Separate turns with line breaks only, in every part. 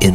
in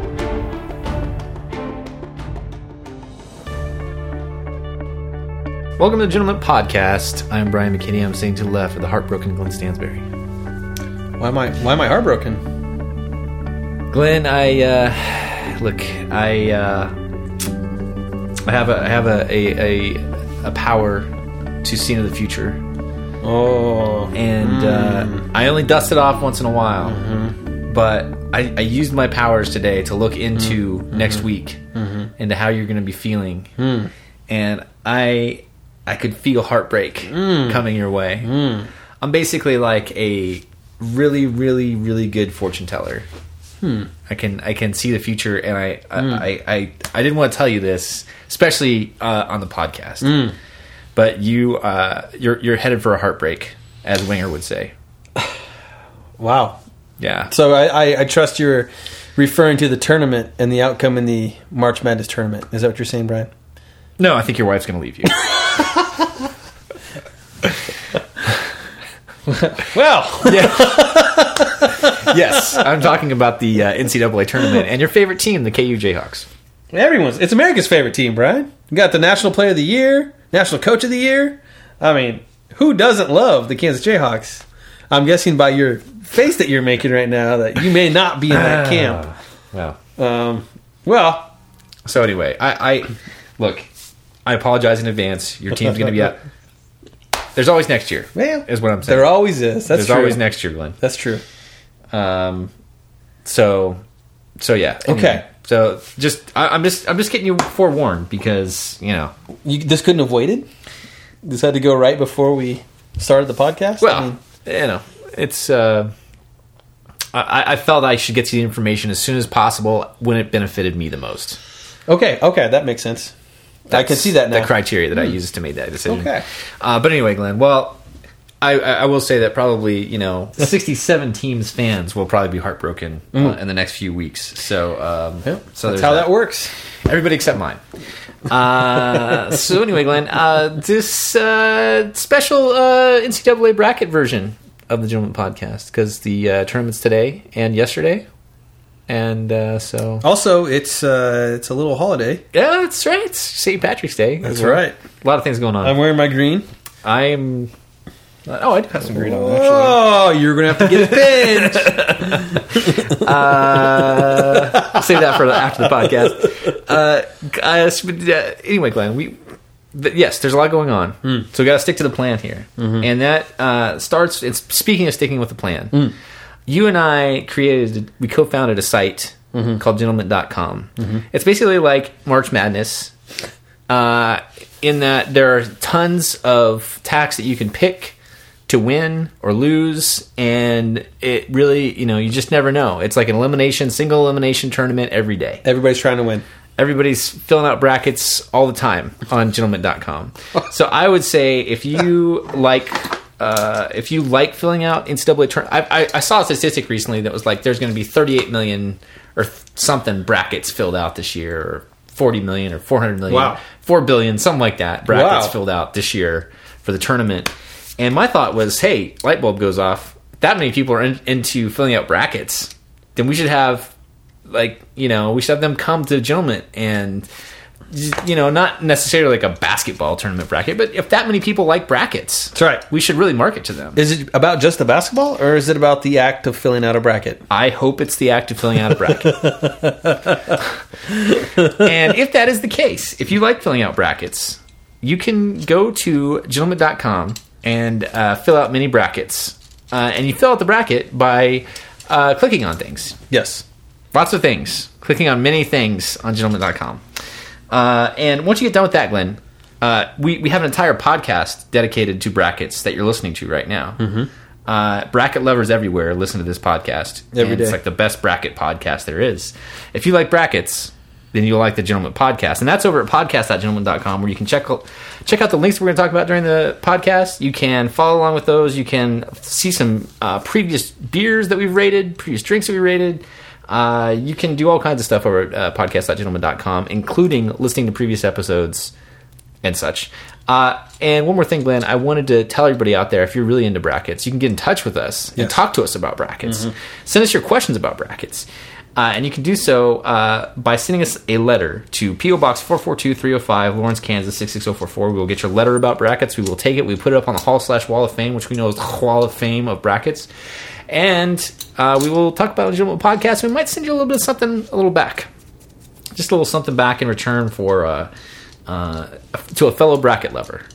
Welcome to the Gentleman Podcast. I'm Brian McKinney. I'm sitting to the left of the heartbroken Glenn Stansberry.
Why am I why am I heartbroken?
Glenn, I uh, look, I uh, I have a I have a a, a, a power to see into the future,
Oh
and uh, I only dust it off once in a while. But I, I used my powers today to look into next week into how you're going to be feeling, and I I could feel heartbreak coming your way. I'm basically like a really, really, really good fortune teller. I can I can see the future, and I I, I, I I didn't want to tell you this, especially uh, on the podcast. But you uh, you're you're headed for a heartbreak, as Winger would say.
wow.
Yeah.
So I, I, I trust you're referring to the tournament and the outcome in the March Madness tournament. Is that what you're saying, Brian?
No, I think your wife's going to leave you.
Well,
yes, I'm talking about the uh, NCAA tournament and your favorite team, the KU Jayhawks.
everyone's it's America's favorite team, Brian. You got the National Player of the Year, National Coach of the Year. I mean, who doesn't love the Kansas Jayhawks? I'm guessing by your face that you're making right now that you may not be in
Ah.
that camp.
Wow.
Um, well,
So anyway, I, I look. I apologize in advance. Your team's going to be out. There's always next year.
Yeah.
is what I'm saying.
there always is. That's
There's
true.
always next year, Glenn.
That's true.
Um, so, so yeah.
Okay.
Anyway, so just I, I'm just I'm just getting you forewarned because you know.
You, this couldn't have waited. This had to go right before we started the podcast. I
Well,
mean,
you know, it's. Uh, I, I felt I should get to the information as soon as possible when it benefited me the most.
okay, okay, that makes sense. I can see that now. Hmm.
The criteria that I used to make that decision.
Okay.
Uh, but anyway, Glenn. Well, I, I I will say that probably you know sixty-seven teams fans will probably be heartbroken uh, in the next few weeks. So um,
Yep,
so
that's
there's
how that. works.
Everybody except mine. Uh, so anyway, Glenn, uh, this uh, special uh, NCAA bracket version of the Gentleman Podcast because the uh, tournament's today and yesterday, and uh, so
Also, it's uh, it's a little holiday.
yeah, that's right. It's St. Patrick's Day.
That's right.
A lot of things going on.
I'm wearing my green.
I'm. Oh, I do have some green on.
Oh, you're gonna have to get pinned.
Uh, save that for the, after the podcast. Uh, uh, sp- uh, anyway, Glenn, we th- yes, there's a lot going on, so we got to stick to the plan here, and that uh, starts. It's speaking of sticking with the plan. You and I created, we co-founded a site called Gentleman.com. It's basically like March Madness, uh, in that there are tons of tacks that you can pick to win or lose, and it really, you know, you just never know. It's like an elimination, single elimination tournament every day.
Everybody's trying to win.
Everybody's filling out brackets all the time on gentleman.com. So I would say if you like. Uh, if you like filling out NCAA turn, I, I, I saw a statistic recently that was like there's going to be 38 million or th- something brackets filled out this year, or 40 million or 400 million,
Wow.
4 billion, something like that brackets
Wow.
filled out this year for the tournament. And my thought was, hey, light bulb goes off. That many people are in, into filling out brackets. Then we should have, like, you know, we should have them come to the gentleman and, you know, not necessarily like a basketball tournament bracket, but if that many people like brackets,
That's right.
we should really market to them.
Is it about just the basketball, or is it about the act of filling out a bracket?
I hope it's the act of filling out a bracket. and if that is the case, if you like filling out brackets, you can go to gentleman.com and uh, fill out mini brackets. Uh, and you fill out the bracket by uh, clicking on things.
Yes.
Lots of things. Clicking on many things on gentleman.com. Uh, and once you get done with that, Glenn, uh, we, we have an entire podcast dedicated to brackets that you're listening to right now. Mm-hmm. Uh, bracket lovers everywhere listen to this podcast.
Every
and It's
day.
like the best bracket podcast there is. If you like brackets, then you'll like the Gentleman Podcast. And that's over at podcast.gentleman.com where you can check check out the links we're going to talk about during the podcast. You can follow along with those. You can see some uh, previous beers that we've rated, previous drinks that we rated. Uh, you can do all kinds of stuff over at uh, podcast.gentleman.com, including listening to previous episodes and such. Uh, and one more thing, Glenn, I wanted to tell everybody out there if you're really into brackets, you can get in touch with us and
Yes.
talk to us about brackets. Send us your questions about brackets. Uh, and you can do so uh, by sending us a letter to P.O. Box 442 305, Lawrence, Kansas 66044. We will get your letter about brackets. We will take it. We put it up on the Hall slash Wall of Fame, which we know is the Hall of Fame of brackets. And uh, we will talk about it on the podcast. We might send you a little bit of something, a little back just a little something back in return for uh, uh, to a fellow bracket lover.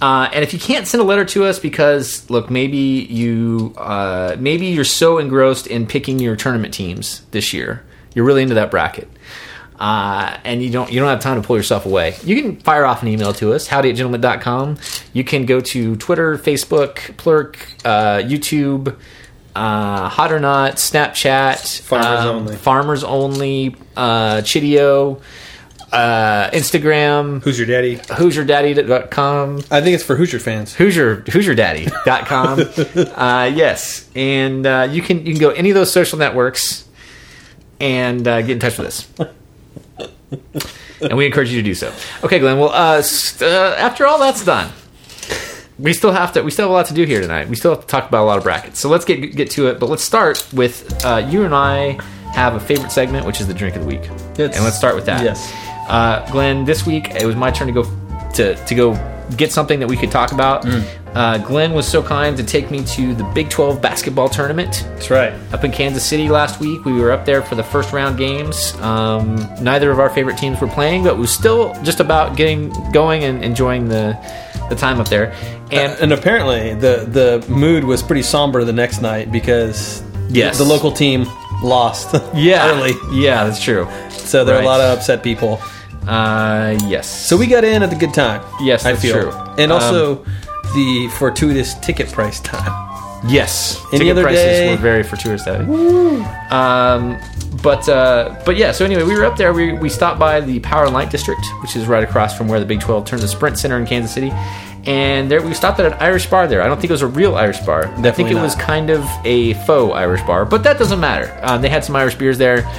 Uh, and if you can't send a letter to us because look, maybe you uh, maybe you're so engrossed in picking your tournament teams this year, you're really into that bracket. Uh, and you don't you don't have time to pull yourself away. You can fire off an email to us, howdy at gentleman.com. You can go to Twitter, Facebook, Plurk, uh, YouTube, uh, Hot or Not, Snapchat,
Farmers
um,
Only.
Farmers Only, uh, Chidio, uh, Instagram,
Who's your daddy?
HoosierDaddy.com,
I think it's for Hoosier fans.
Hoosier HoosierDaddy.com. uh, yes, and uh, you can you can go any of those social networks and uh, get in touch with us. And we encourage you to do so. Okay, Glenn. Well, uh, st- uh, after all that's done, we still have to we still have a lot to do here tonight. We still have to talk about a lot of brackets. So let's get get to it. But let's start with uh, you and I have a favorite segment, which is the drink of the week.
It's-
and let's start with that.
yes.
Uh, Glenn, this week it was my turn to go to to go get something that we could talk about.
Mm.
Uh, Glenn was so kind to take me to the Big 12 basketball tournament
That's right.
up in Kansas City last week. We were up there for the first round games. Um, neither of our favorite teams were playing, but we was still just about getting going and enjoying the the time up there. And
and apparently the the mood was pretty somber the next night because
Yes.
the local team lost
yeah,
early
yeah, that's true.
so there are
Right.
a lot of upset people
Uh, yes.
so we got in at the good time
Yes,
i
that's
feel
true. Um,
and also the fortuitous ticket price time
Yes.
Any
Ticket
other
prices
day.
were very fortuitous that day. Um, but uh, but yeah. So anyway, we were up there. We we stopped by the Power and Light District, which is right across from where the Big Twelve turns the Sprint Center in Kansas City. And there we stopped at an Irish bar there. I don't think it was a real Irish bar. I think
Definitely
it
not.
was kind of a faux Irish bar, but that doesn't matter. Um, they had some Irish beers there,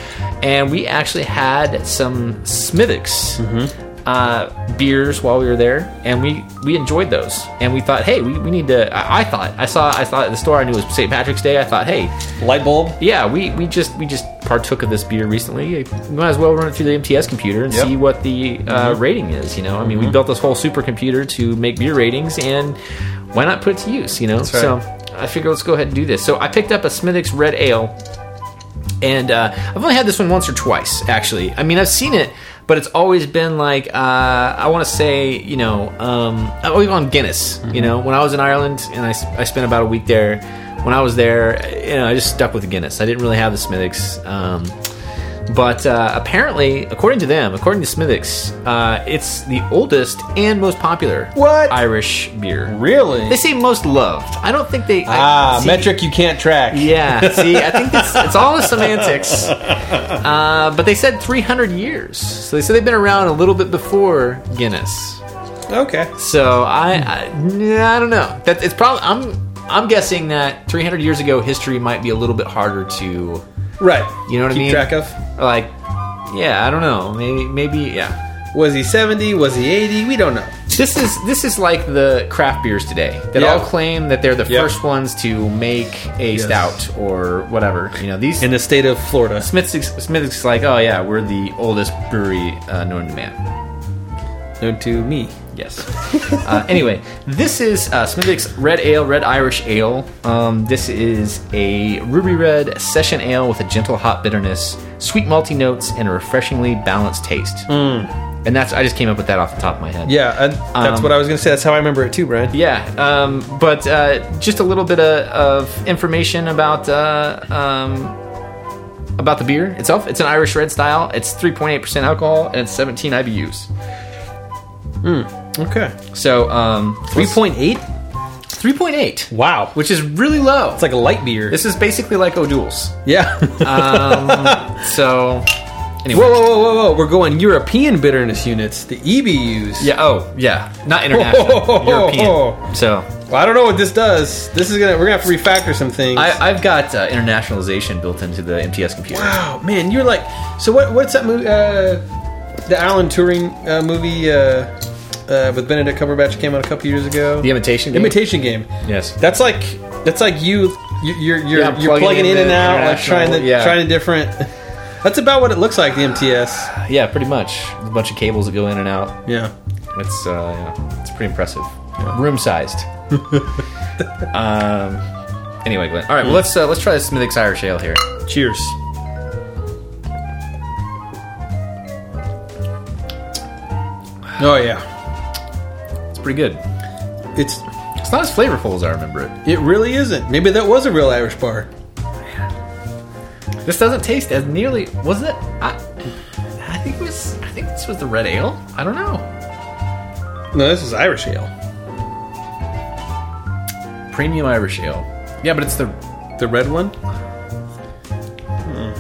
and we actually had some Smithwick's
Mm-hmm.
uh, beers while we were there, and we we enjoyed those. And we thought, hey, we, we need to. I, I thought I saw I thought at the store I knew it was St. Patrick's Day. I thought, hey,
light bulb
yeah, we, we just we just partook of this beer recently. We might as well run it through the MTS computer and
Yep. Mm-hmm.
see what the uh, rating is. You know, I mean, we built this whole supercomputer to make beer ratings, and why not put it to use? You know,
right.
so I figured let's go ahead and do this. So I picked up a Smithwick's Red Ale, and uh, I've only had this one once or twice actually. I mean, I've seen it. But it's always been like uh, I want to say, you know, um, oh, even on Guinness.
Mm-hmm.
You know, when I was in Ireland and I, s- I spent about a week there, when I was there, you know, I just stuck with the Guinness. I didn't really have the Smithwick's. Um, but uh, apparently, according to them, according to Smithwick's, uh, it's the oldest and most popular
What?
Irish beer.
really
They say most loved. I don't think they.
ah
I, see-
metric you can't track
Yeah, see, I think it's, it's all the semantics. Uh, but they said 300 years. So they said they've been around a little bit before Guinness.
okay
So I, I, I don't know. That it's probably I'm I'm guessing that 300 years ago history might be a little bit harder to
right
You know what I
Keep
mean?
track of
like. Yeah, I don't know. Maybe maybe yeah.
was he 70 was he 80 we don't know
This is this is like the craft beers today that
Yeah.
all claim that they're the
Yeah.
first ones to make a
Yes.
stout or whatever. You know these
in the state of florida
Smith's Smith's like, oh yeah, we're the oldest brewery uh, known to man.
known to me
Yes. uh, anyway, this is uh, Smithwick's Red Ale, Red Irish Ale. Um, this is a ruby red session ale with a gentle hop bitterness, sweet malty notes, and a refreshingly balanced taste. And that's I just came up with that off the top of my head.
yeah and that's
Um,
what i was gonna say that's how i remember it too brian
Yeah, um, but uh, just a little bit of, of information about uh, um, about the beer itself. It's an Irish red style. It's 3.8% alcohol and it's 17 IBUs.
okay
So um,
3.8
3.8,
wow
which is really low.
it's like a light beer
this is basically like O'Doul's.
yeah
So Uh, Anyway.
Whoa, whoa, whoa, whoa, whoa! We're going European bitterness units, the E EBUs.
Yeah. Oh, yeah. Not international. European. So
Well, I don't know what this does. This is gonna. We're gonna have to refactor some things.
I, I've got uh, internationalization built into the MTS computer.
wow, Oh, man, you're like. So what? What's that movie? Uh, the Alan Turing uh, movie uh, uh, with Benedict Cumberbatch came out a couple years ago.
The imitation. Game?
Imitation Game.
Yes.
That's like that's like you. you- You're you're,
Yeah,
you're
plugging
plugging in
into
and out, like
international,
trying to
yeah.
trying to different. That's about what it looks like. The MTS.
yeah. Pretty much. There's a bunch of cables that go in and out.
Yeah.
It's uh, yeah, it's pretty impressive. Room sized. um. Anyway, Glenn. All right. Well, let's uh, let's try this Smithwick's Irish Ale here.
Cheers. Oh yeah,
It's pretty good.
it's
It's not as flavorful as I remember it.
it really isn't. Maybe that was a real Irish bar.
This doesn't taste as nearly. Was it? I, I think it was. I think this was the red ale. I don't know.
No, this is Irish ale.
Premium Irish ale. Yeah, but it's the.
The red one.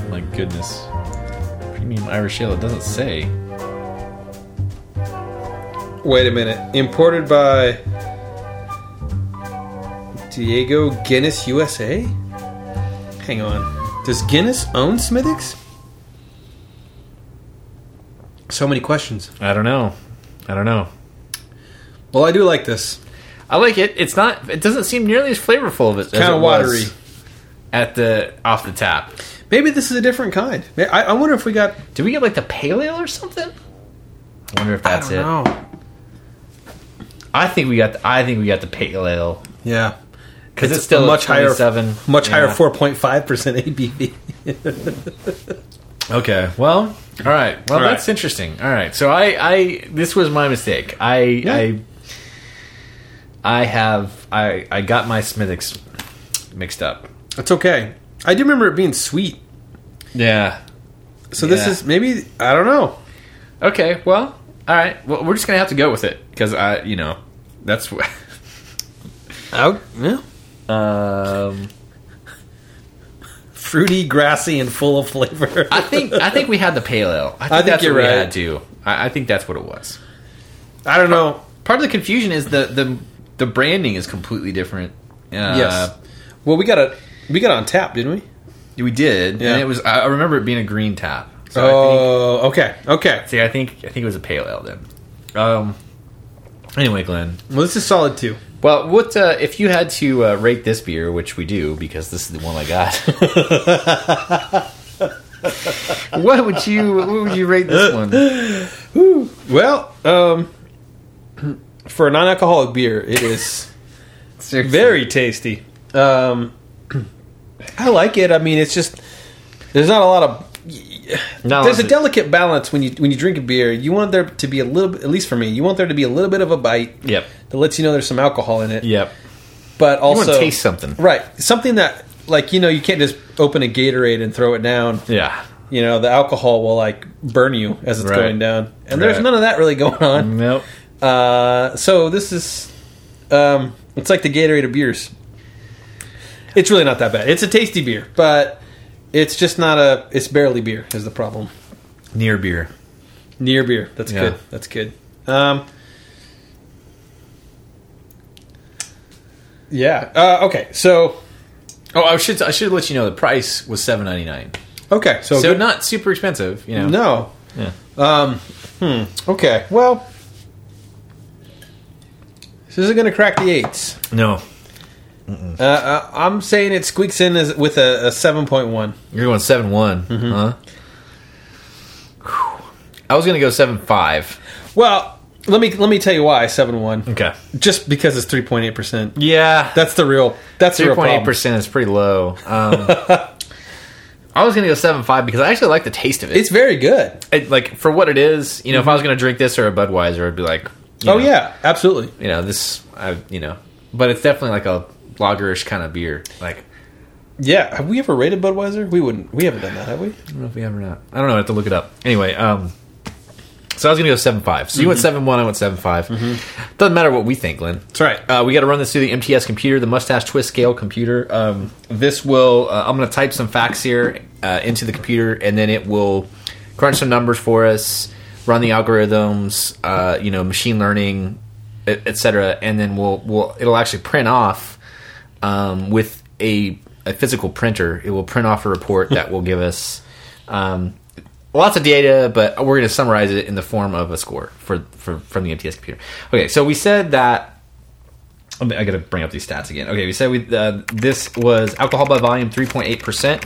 My goodness. Premium Irish ale. It doesn't say.
Wait a minute. Imported by Diego Guinness USA? Hang on. Does Guinness own Smithix? So many questions.
I don't know. I don't know.
Well, I do like this.
I like it. It's not. It doesn't seem nearly as flavorful of it.
Kind of watery.
at the off the tap.
Maybe this is a different kind. I, I wonder if we got.
Did we get like the pale ale or something? I wonder if that's
I don't
it.
know.
I think we got. The, I think we got the pale ale
Yeah,
because it's,
a
still
much higher,
seven,
much higher, four point five percent ABV.
Okay. Well, all right. Well,
All right.
that's interesting. All right. So I, I, this was my mistake. I, I, I have, I, I got my Smithix mixed up.
That's okay. I do remember it being sweet.
Yeah.
So this
Yeah.
is maybe I don't know.
Okay. Well. All right. Well, we're just gonna have to go with it because I, you know, that's. wh-
Out, yeah.
Um,
fruity, grassy, and full of flavor.
I think I think we had the pale ale. I think,
think
that's
you're
what
right.
we had to. I, I think that's what it was.
I don't know.
Part of the confusion is the the the branding is completely different. Uh,
yes. Well, we got a we got it on tap, didn't we?
We did,
Yeah.
and it was. I I remember it being a green tap. So I think,
Oh, okay, okay.
see, I think I think it was a pale ale then. Um. Anyway, Glenn.
Well, this is solid too.
Well, what uh, if you had to uh, rate this beer, which we do because this is the one I got? what would you What would you rate this one?
Well, um, for a non-alcoholic beer, it is very tasty. Um, I like it. I mean, it's just there's not a lot of
No,
there's a
it's-
delicate balance when you when you drink a beer. You want there to be a little, bit- at least for me, you want there to be a little bit of a bite
Yep.
that lets you know there's some alcohol in it.
Yep.
but
wanna
also
taste something.
right? Something that like you know you can't just open a Gatorade and throw it down.
Yeah.
You know the alcohol will like burn you as it's
Right.
going down, and there's
Right.
none of that really going on.
Nope.
Uh, so this is um, it's like the Gatorade of beers. It's really not that bad. It's a tasty beer, but it's just not a. It's barely beer is the problem.
Near beer.
Near beer. That's
Yeah.
good. That's good. Um, yeah. Uh, okay. So
Oh, I should I should let you know the price was seven ninety nine.
okay. So,
So
good-
not super expensive, you know.
No.
Yeah.
Um. Hmm. Okay. Well, this isn't going to crack the eights.
No.
Uh, uh, I'm saying it squeaks in as, with a, a seven point one.
You're going seven one, huh? Whew. I was gonna go seven five.
Well, let me let me tell you why seven one.
Okay.
Just because it's three point eight percent.
Yeah.
That's the real. That's the
Three
real
point eight
problem.
percent is pretty low. Um, I was gonna go seven five because I actually like the taste of it.
It's very good.
It- like for what it is, you know. If I was gonna drink this or a Budweiser, I'd be like, you know,
Oh yeah, absolutely.
you know this, I you know. But it's definitely like a lagerish kind of beer. Like
Yeah. Have we ever rated Budweiser? We wouldn't. We haven't done that, have we?
I don't know if we have or not. I don't know. I have to look it up. Anyway, um, so I was going to go seven five. So you went seven one. I went seven Doesn't matter what we think, Lynn.
That's right.
Uh, we got to run this through the MTS computer, the mustache twist scale computer. Um, this will. Uh, I'm going to type some facts here uh, into the computer, and then it will crunch some numbers for us, run the algorithms, uh, you know, machine learning, etc. And then we'll we'll it'll actually print off um, with a a physical printer. It will print off a report that will give us um, lots of data, but we're going to summarize it in the form of a score for, for from the MTS computer. Okay, so we said that. I got to bring up these stats again. Okay, we said we uh, this was alcohol by volume three point eight percent.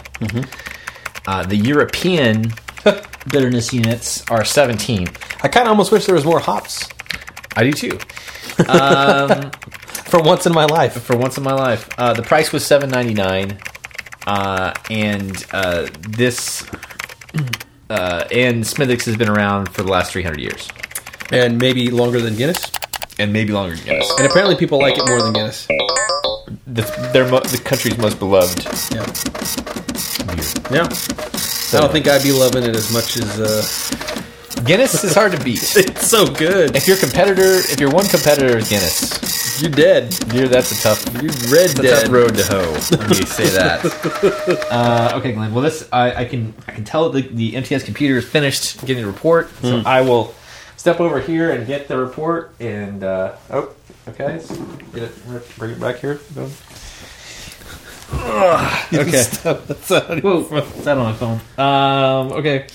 Uh, The European bitterness units are seventeen.
I kind of almost wish there was more hops
I do too.
for once in my life.
For once in my life, uh, the price was seven ninety nine, uh, and uh, this uh, and Smithix has been around for the last three hundred years,
And maybe longer than Guinness.
and maybe longer. than Guinness.
And apparently people like it more than Guinness.
The, they're mo- the country's most beloved.
Yeah. Yeah. I don't think I'd be loving it as much as uh,
Guinness is hard to beat.
it's so good.
If your competitor, if your one competitor is Guinness,
You're dead.
you're, that's a tough,
You're red
that's a
dead.
tough road to hoe. Let me say that. Uh, okay, Glenn. Well, this I, I can I can tell the, the MTS computer is finished getting the report, so I will step over here and get the report. And uh, oh, okay, so get it, bring it back here. Boom.
Okay.
Whoa, what's that on my phone? Um, okay.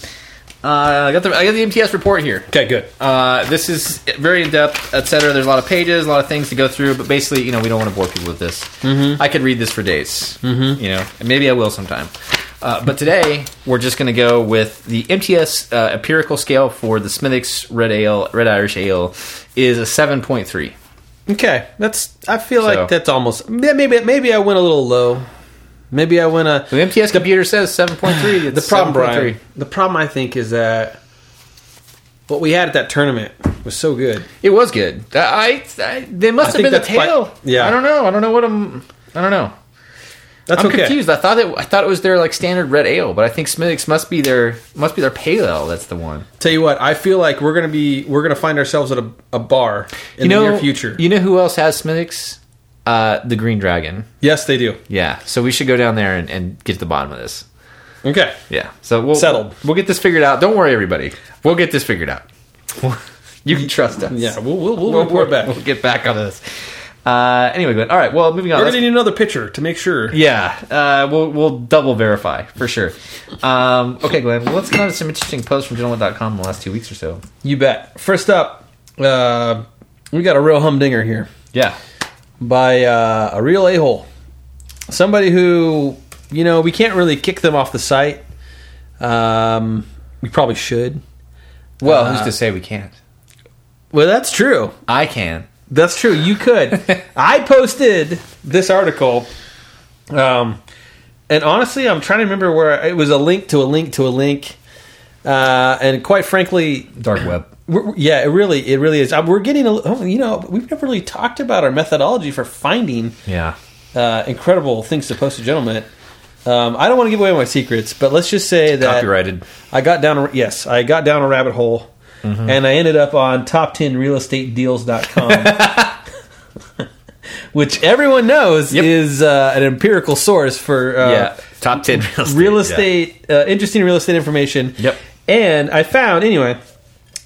Uh, I got the I got the MTS report here.
okay, good.
Uh, this is very in depth, etc. There's a lot of pages, a lot of things to go through, but basically, you know, we don't want to bore people with this. Mm-hmm. I could read this for days, mm-hmm. you know, and maybe I will sometime. Uh, but today, we're just going to go with the MTS uh, empirical scale for the Smithix Red Ale, Red Irish Ale, is a seven point three.
Okay, that's. I feel
So-
like that's almost. Yeah, maybe maybe I went a little low. Maybe I went a.
The MTS computer says seven point three.
The problem, Brian. The problem I think is that what we had at that tournament was so good.
It was good. I, I they
I
must have
think
been the
that's why-
tail.
yeah.
I don't know. I don't know what I'm. I don't know.
That's
I'm
okay.
confused. I thought it. I thought it was their like standard red ale, but I think Smithix must be their must be their pale ale. That's the one.
Tell you what, I feel like we're gonna be we're gonna find ourselves at a, a bar in
you know,
the near future.
You know who else has Smithix? Uh, the Green Dragon.
yes, they do.
Yeah. So we should go down there and, and get to the bottom of this.
Okay,
Yeah. So we'll
Settled.
We'll get this figured out. Don't worry, everybody. We'll get this figured out. you can trust us.
yeah, we'll we'll, we'll, report back.
We'll get back on this. Uh, anyway, Glenn. All right. Well, moving on.
we're
Let's-
gonna need another pitcher to make sure.
Yeah, uh, we'll we'll double verify for sure. Um, okay, Glenn, well, let's get on to some interesting posts from gentleman.com in the last two weeks or so.
You bet. First up, uh, we got a real humdinger here.
Yeah,
by uh, a real a hole. Somebody who, you know, we can't really kick them off the site. Um, we probably should.
well,
Uh,
who's to say we can't?
Well, that's true.
I can.
That's true. You could. I posted this article. Um, and honestly, I'm trying to remember where it was a link to a link to a link. Uh, and quite frankly,
Dark web.
We're, we're- yeah, it really, it really is. Uh, We're getting a, li- oh, you know, we've never really talked about our methodology for finding
Yeah,
uh, incredible things to post to gentlemen. Um, I don't want to give away my secrets, but let's just say that
copyrighted.
I got down. A, yes, I got down a rabbit hole,
Mm-hmm.
and I ended up on top ten realestatedeals.com, which everyone knows
Yep.
is uh, an empirical source for uh,
yeah, top ten real estate.
real
yeah.
estate, uh, interesting real estate information.
Yep.
And I found anyway,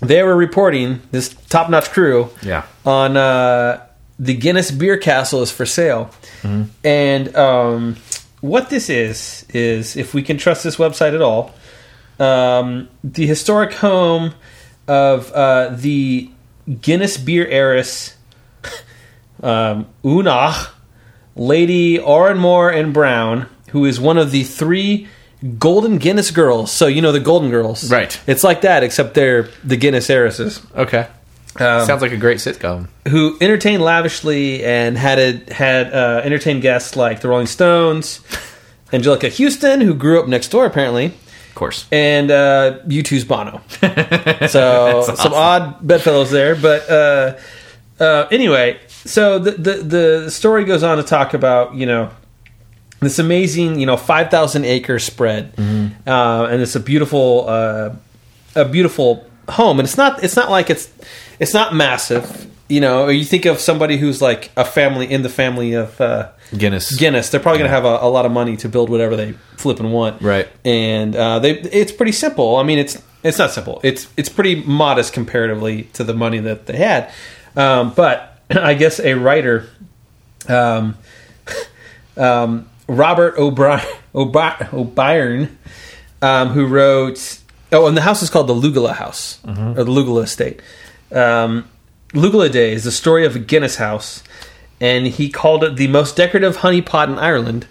they were reporting this top-notch crew.
Yeah.
On uh, the Guinness Beer Castle is for sale,
Mm-hmm.
and um, what this is is if we can trust this website at all, um, the historic home of uh, the Guinness beer heiress um, Unach, Lady Oranmore and Brown, who is one of the three Golden Guinness girls. So you know the Golden Girls,
Right.
It's like that, except they're the Guinness heiresses
Okay,
Um,
sounds like a great sitcom.
who entertained lavishly and had a, had uh, entertained guests like the Rolling Stones, Angelica Houston, who grew up next door apparently,
Of course.
and uh, U2's Bono. So some odd bedfellows there, but uh, uh, anyway. So the, the the story goes on to talk about you know this amazing you know five thousand acre spread, uh, and it's a beautiful uh, a beautiful home, and it's not it's not like it's it's not massive. You know, you think of somebody who's like a family in the family of uh,
Guinness.
Guinness. They're probably going to have a, a lot of money to build whatever they flip and want.
Right.
And uh, they, it's pretty simple. I mean, it's It's not simple. It's it's pretty modest comparatively to the money that they had. Um, but I guess a writer, um, um, Robert O'Brien, O'Brien, O'Brien um, who wrote. Oh, and the house is called the Lugula House
Mm-hmm.
or the Lugula Estate. Um, Lugula Day is the story of a Guinness house, and he called it the most decorative honey pot in Ireland,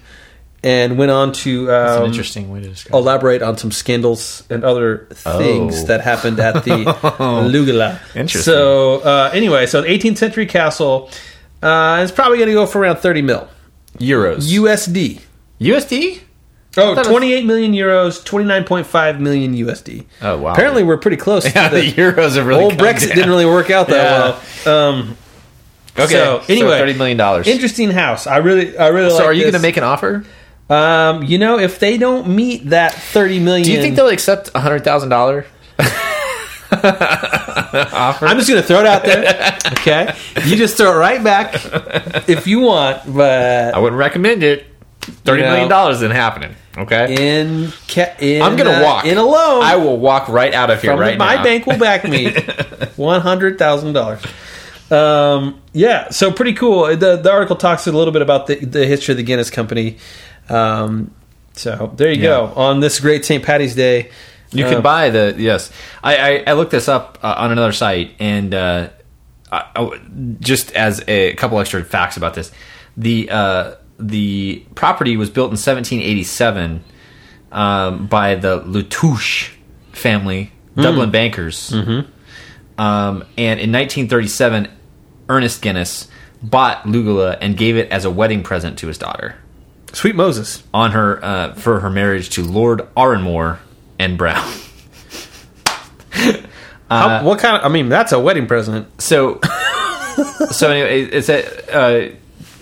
and went on to um,
It's an interesting way to describe. it.
elaborate on some scandals and other things
Oh.
that happened at the Lugula.
Interesting.
So uh, anyway, so an 18th century castle uh, is probably going to go for around 30 mil
euros.
USD.
USD?
Oh,
thought it was-
28 million euros, 29.5 million USD.
Oh, wow.
Apparently, we're pretty close.
Yeah,
to
the euros have really
old
come
Brexit
down.
didn't really work out that well. Um,
Okay.
So, anyway,
thirty million dollars.
interesting house. I really, I really.
so,
like
are you
this.
going to make an offer?
Um, you know, if they don't meet that 30 million,
Do you think they'll accept a hundred thousand dollar?
I'm just going to throw it out there. Okay, you just throw it right back if you want. But
I wouldn't recommend it. Thirty
No.
million dollars isn't happening. Okay.
in, ca- in
I'm gonna
uh,
walk.
in a loan.
I will walk right out of here
from
right
my
now.
bank will back me one hundred thousand dollars. Um, yeah, so pretty cool. The the article talks a little bit about the the history of the Guinness Company. Um, so there you go. On this great St. Patty's Day,
You
uh,
can buy the yes. I I, I looked this up uh, on another site, and uh, I, I w- just as a couple extra facts about this, the uh, the property was built in 1787 um, by the Latouche family, Dublin bankers, um, and in 1937, Ernest Guinness bought Lugula and gave it as a wedding present to his daughter
Sweet Moses.
on her uh, for her marriage to Lord Aranmore and Brown. uh,
How- what kind of? I mean, that's a wedding present.
so so anyway it- it's a uh,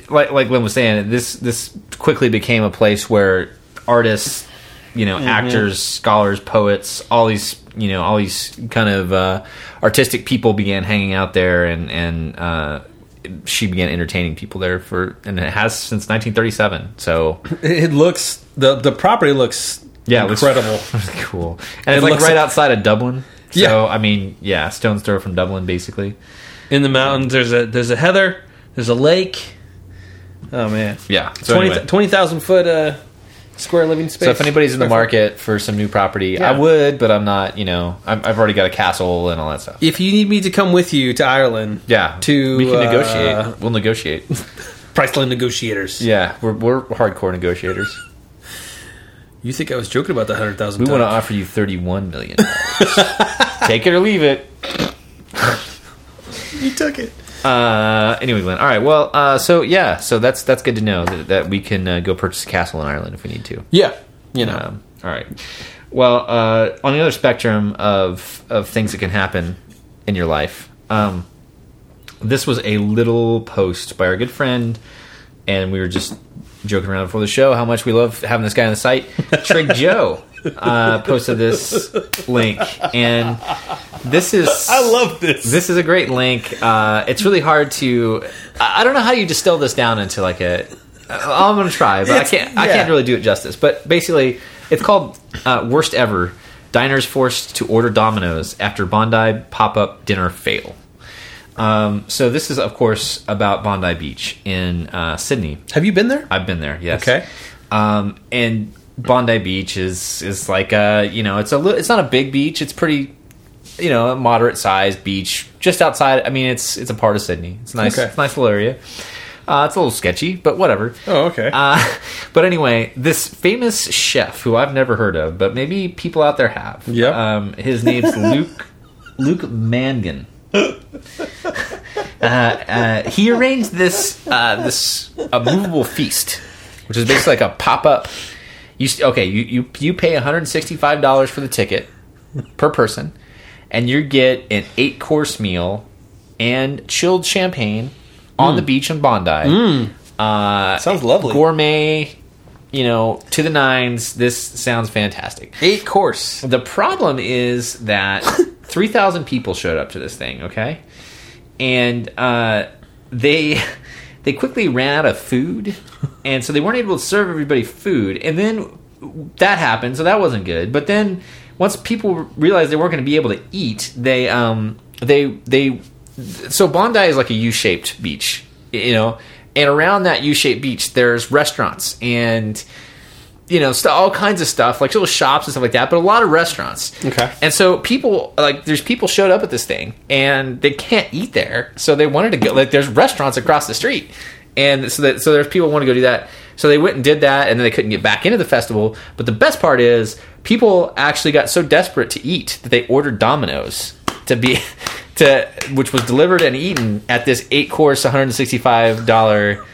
like like Lynn was saying this this quickly became a place where artists you know
Mm-hmm.
actors scholars poets all these you know all these kind of uh, artistic people began hanging out there and and uh, she began entertaining people there for and it has since 1937 so
It it looks the the property looks
yeah it looks
incredible.
cool and it's
It
like
looks-
right outside of Dublin so
Yeah.
I mean yeah stone's throw from Dublin basically
In the mountains, there's a there's a heather, there's a lake. Oh man,
yeah so
Twenty
anyway.
twenty thousand 20,000 foot uh, square living space.
So if anybody's in the
Square foot.
market for some new property,
Yeah.
I would, but I'm not. You know, I'm, I've already got a castle and all that stuff.
if you need me to come with you to Ireland,
Yeah,
to
we can
uh,
negotiate. We'll negotiate.
Priceline negotiators.
yeah, we're we're hardcore negotiators.
You think I was joking about the hundred thousand?
We want to offer you thirty one million. Take it or leave it.
You took it.
Uh, anyway, Glenn. All right. Well, uh, so yeah, so that's that's good to know that, that we can uh, go purchase a castle in Ireland if we need to.
Yeah, you know.
Um, all right. Well, uh, on the other spectrum of of things that can happen in your life, um, this was a little post by our good friend, and we were just joking around before the show how much we love having this guy on the site. Trig Joe uh, posted this link, and this is
I love this.
This is a great link. Uh, it's really hard to. I I don't know how you distill this down into like a. uh, I'm gonna try, but I
It's-
can't. I
yeah.
can't really do it justice. But basically, it's called uh, "Worst Ever." Diners forced to order Domino's after Bondi pop-up dinner fail. Um, so this is, of course, about Bondi Beach in uh, Sydney.
Have you been there?
I've been there. Yes.
Okay.
Um, and Bondi Beach is is like a you know it's a li- it's not a big beach. It's pretty you know a moderate sized beach just outside. I mean it's it's a part of Sydney. It's nice.
Okay.
It's a nice little area. Uh, it's a little sketchy, but whatever.
Oh, okay.
Uh, but anyway, this famous chef who I've never heard of, but maybe people out there have.
Yep.
Um, his name's Luke Luke Mangan. Uh, uh, he arranged this uh, this a movable feast, which is basically like a pop up. You s- okay? You you you pay one hundred sixty five dollars for the ticket per person, and you get an eight course meal and chilled champagne on the beach in Bondi. Uh,
Sounds lovely.
Gourmet, you know, to the nines. This sounds fantastic.
Eight course.
The problem is that 3,000 people showed up to this thing, okay? And uh, they they quickly ran out of food, and so they weren't able to serve everybody food. And then that happened, so that wasn't good. But then once people realized they weren't going to be able to eat, they um they they so Bondi is like a U-shaped beach, you know, and around that U-shaped beach there's restaurants and you know, st- all kinds of stuff, like little shops and stuff like that, but a lot of restaurants.
Okay.
And so people, like, there's people showed up at this thing and they can't eat there. So they wanted to go, like, there's restaurants across the street. And so that, so there's people want to go do that. So they went and did that and then they couldn't get back into the festival. But the best part is people actually got so desperate to eat that they ordered Domino's to be, to, which was delivered and eaten at this eight course, $165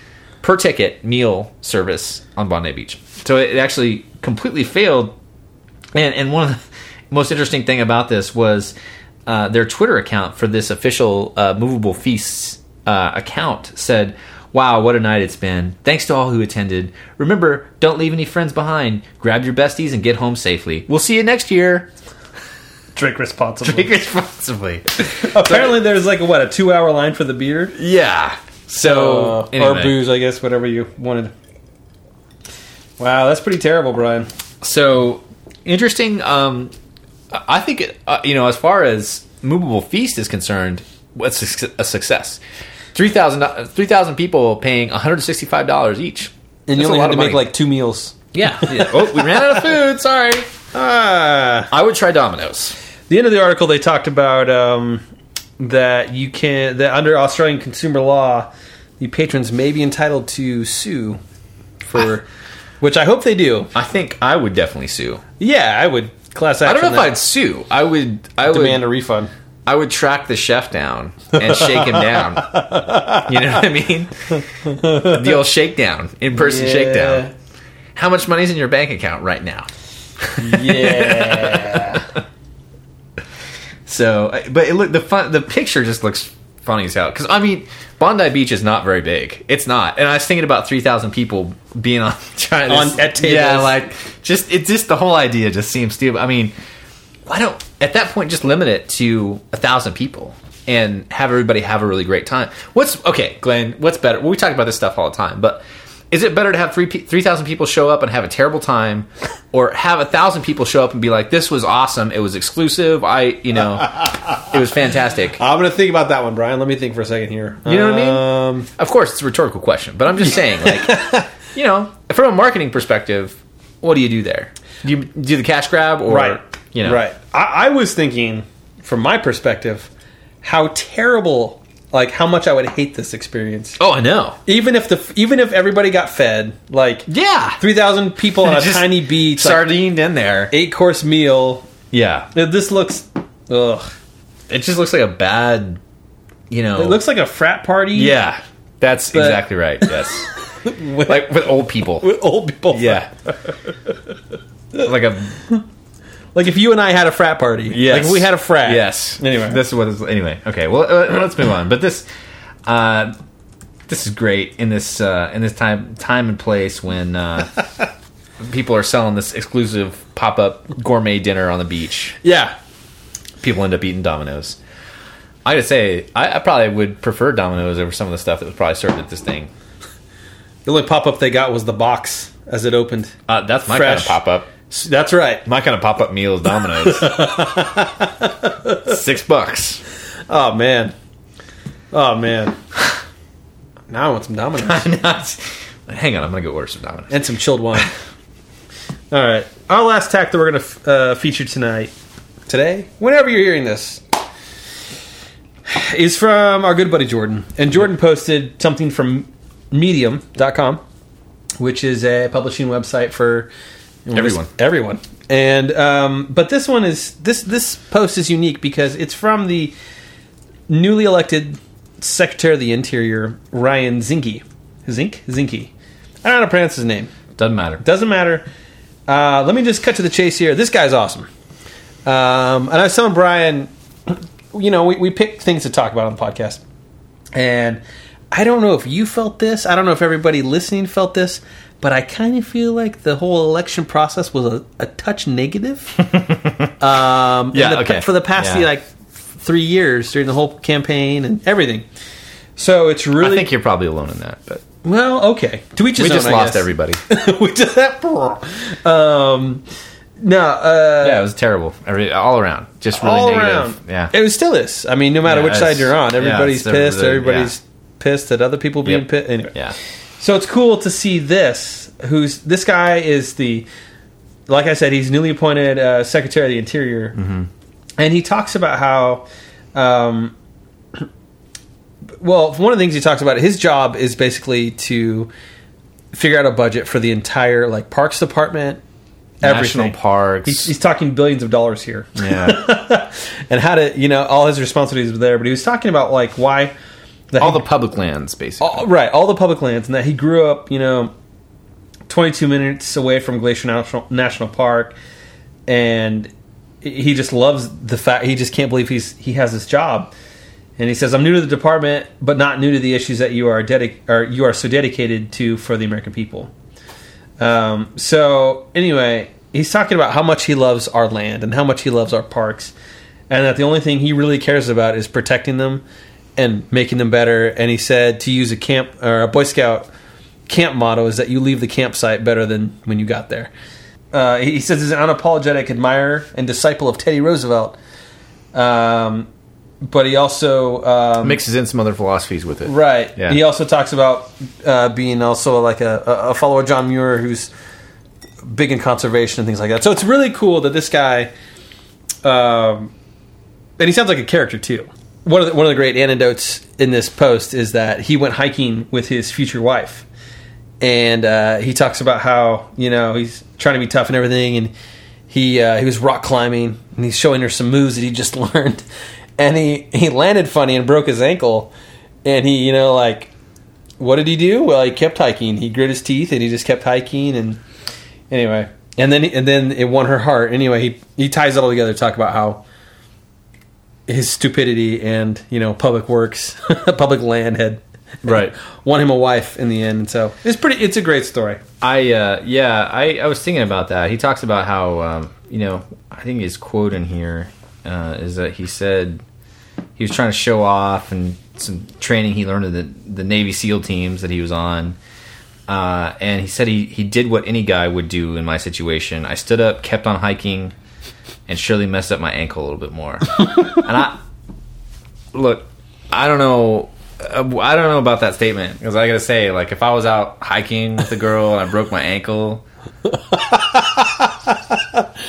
per ticket meal service on Bondi Beach. So it actually completely failed. And and one of the most interesting thing about this was uh, their Twitter account for this official uh, Movable Feasts uh, account said. Wow, what a night it's been. Thanks to all who attended. Remember, don't leave any friends behind. Grab your besties and get home safely. We'll see you next year.
Drink responsibly.
Drink responsibly.
Apparently, there's like what a two-hour line for the beer
yeah. So,
Uh,
anyway.
or booze, I guess, whatever you wanted. Wow, that's pretty terrible, Brian.
So interesting. Um, I I think it, uh, you know as far as Movable Feast is concerned, what's a suc- a success? 3,000 3,000 people paying one hundred sixty five dollars each,
And
That's
you
a
only
lot
had to
of
make
money.
like two meals.
yeah. yeah. Oh, we ran out of food. Sorry.
Ah,
I would try Domino's.
the end of the article they talked about um, that you can that under Australian consumer law, the patrons may be entitled to sue for, which I hope they do.
I think I would definitely sue.
Yeah, I would class
I
action.
don't know if
that.
I'd sue. I would. I would
demand a refund.
I would track the chef down and shake him down. You know what I mean? The old shakedown, in person
Yeah.
shakedown. How much money's in your bank account right now?
Yeah,
So, I- but it look the fun, the picture just looks funny as hell. Because I mean, Bondi Beach is not very big. It's not, and I was thinking about three thousand people being on trying to-
On- at tables.
Yeah, like just it just the whole idea just seems stupid. I mean, why don't at that point just limit it to a thousand people and have everybody have a really great time? What's okay, Glenn? What's better? Well, we talk about this stuff all the time, but. Is it better to have three pe- 3,000 people show up and have a terrible time or have a 1,000 people show up and be like, this was awesome. It was exclusive. I, you know, it was fantastic.
I'm gonna think about that one, Brian. Let me think for a second here.
You know what I mean?
Um,
Of course, it's a rhetorical question, but I'm just saying, like, you know, from a marketing perspective, what do you do there? Do you do the cash grab or,
right
you know,
right I, I was thinking from my perspective how terrible like how much i would hate this experience
Oh, I know.
even if the even if everybody got fed like
Yeah.
3000 people on a
Just
tiny beach like,
Sardined in there.
eight course meal
yeah.
this looks ugh
It just looks like a bad, you know.
it looks like a frat party
yeah. That's
But-
exactly right. Yes. like with old people.
with old people
Yeah. like a
like if you and i had a frat party
Yes.
like if we had a frat
Yes.
Anyway.
this is what is. Anyway, okay. Well, uh, let's move on. But this, uh, this is great in this uh, in this time time and place when uh, people are selling this exclusive pop up gourmet dinner on the beach.
yeah
People end up eating Domino's. I gotta say, I, I probably would prefer Domino's over some of the stuff that was probably served at this thing.
the only pop-up they got was the box as it opened
Uh, that's my kind
Fresh.
of pop up.
S- that's right
My kind of pop up meal is Domino's. Six bucks.
Oh man. Oh man. Now I want some Domino's
Hang on, I'm gonna go order some Domino's.
and some chilled wine. All right, our last tack that we're going to uh, feature tonight, today, whenever you're hearing this, is from our good buddy Jordan. And Jordan posted something from Medium.com, which is a publishing website for
Everyone.
Everyone. And um, but this one is this this post is unique because it's from the newly elected Secretary of the Interior Ryan Zinke. Zink Zinke. I don't know how to pronounce his name.
Doesn't matter.
Doesn't matter. Uh, let me just cut to the chase here. This guy's awesome. Um, and I was telling Brian, you know, we, we pick things to talk about on the podcast. And I don't know if you felt this. I don't know if everybody listening felt this. But I kind of feel like the whole election process was a, a touch negative. um,
Yeah,
and the-
okay.
For the past
Yeah.
like three years during the whole campaign and everything. So it's really
I think you're probably alone in that, but
well okay. To each his
we
own,
just
I
lost
guess
everybody.
we did that. Um, No, uh,
Yeah, it was terrible. Every all around, just really
all
negative.
around.
Yeah,
it was still this. I mean, no matter
Yeah,
which side
it's-
you're on,
yeah,
everybody's
it's the-
pissed.
the-
everybody's pissed at other people being
Yep.
pissed. Anyway,
yeah.
so it's cool to see this. Who's this guy? Is the like I said, he's newly appointed uh, Secretary of the Interior, and he talks about how. Um, well, one of the things he talks about, his job is basically to figure out a budget for the entire like Parks Department, everything.
National parks.
He's, he's talking billions of dollars here
yeah,
and how to you know all his responsibilities were there but he was talking about like why the
all the public lands, basically.
all, right all the public lands and that he grew up you know 22 minutes away from glacier national, national park and he just loves the fact he just can't believe he's he has this job and he says i'm new to the department but not new to the issues that you are dedic- or you are so dedicated to for the american people um, so anyway, he's talking about how much he loves our land and how much he loves our parks, and that the only thing he really cares about is protecting them and making them better. And he said to use a camp or a Boy Scout camp motto is that you leave the campsite better than when you got there. Uh, he says he's an unapologetic admirer and disciple of Teddy Roosevelt, um, but he also um,
Mixes in some other philosophies with it.
Right.
Yeah.
He also talks about uh, being also like a, a a follower of John Muir who's big in conservation and things like that. So it's really cool that this guy, um, and he sounds like a character too. One of the, one of the great anecdotes in this post is that he went hiking with his future wife, and uh, he talks about how you know he's trying to be tough and everything, and he uh, he was rock climbing and he's showing her some moves that he just learned, and he he landed funny and broke his ankle, and he you know like what did he do? Well, he kept hiking. He grit his teeth and he just kept hiking. And anyway, and then and then it won her heart. Anyway, he he ties it all together. to Talk about how his stupidity and you know public works, public land had
Right.
won him a wife in the end. And so it's pretty. It's a great story.
I uh, yeah, I, I was thinking about that. He talks about how um, you know I think his quote in here uh, is that he said he was trying to show off and some training he learned in the, the Navy SEAL teams that he was on. Uh, and he said he, he did what any guy would do in my situation. I stood up, kept on hiking, and surely messed up my ankle a little bit more. and I look, I don't know. uh, I don't know about that statement because I gotta say, like, if I was out hiking with a girl and I broke my ankle,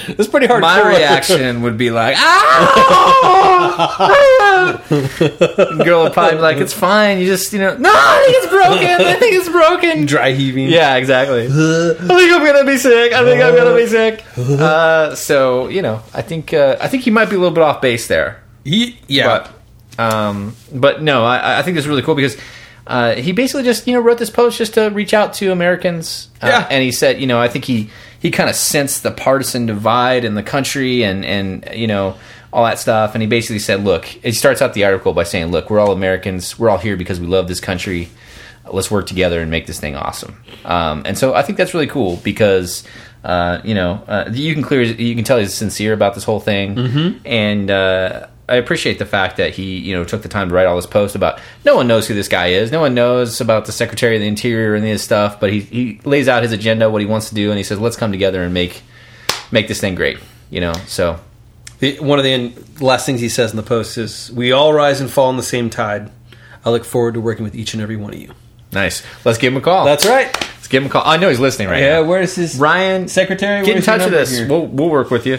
It's pretty hard.
my reaction would be like, "Ah!" The girl would probably be like, "It's fine. You just, you know, no, I think it's broken. I think it's broken."
dry heaving.
Yeah, exactly. I think I'm gonna be sick. I think I'm gonna be sick. Uh, so you know, I think uh, I think he might be a little bit off base there.
He, yeah.
But, um, but no, I, I think this is really cool because uh, he basically just you know wrote this post just to reach out to Americans. Uh,
Yeah.
And he said, you know, I think he he kind of sensed the partisan divide in the country and and you know all that stuff. And he basically said, look, he starts out the article by saying, look, we're all Americans. We're all here because we love this country. Let's work together and make this thing awesome. Um, and so I think that's really cool because. Uh, you know, uh, you can clear, you can tell he's sincere about this whole thing,
Mm-hmm.
and uh, I appreciate the fact that he, you know, took the time to write all this post about. No one knows who this guy is. No one knows about the Secretary of the Interior and his stuff. But he, he lays out his agenda, what he wants to do, and he says, "Let's come together and make make this thing great." You know, so
The, one of the end, last things he says in the post is, "We all rise and fall in the same tide." I look forward to working with each and every one of you.
nice. Let's give him a call.
That's right.
Let's give him a call. I know he's listening right
Yeah.
now.
Where's his
Ryan,
secretary?
get in
Where's your
touch with
number
us.
here?
We'll we'll work with you.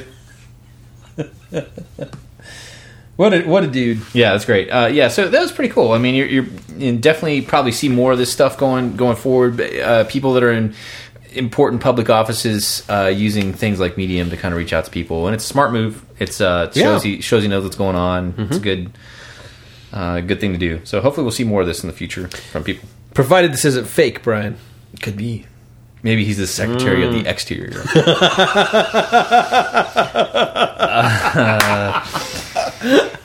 What a, what a dude.
Yeah, that's great. Uh, yeah, so that was pretty cool. I mean, you're, you're you definitely probably see more of this stuff going going forward. but, Uh, people that are in important public offices uh, using things like Medium to kind of reach out to people, and it's a smart move. It's uh, it shows
Yeah.
he shows he knows what's going on. It's a good uh, good thing to do. So hopefully we'll see more of this in the future from people.
Provided this isn't fake, Brian.
Could be. Maybe he's the secretary of the exterior. all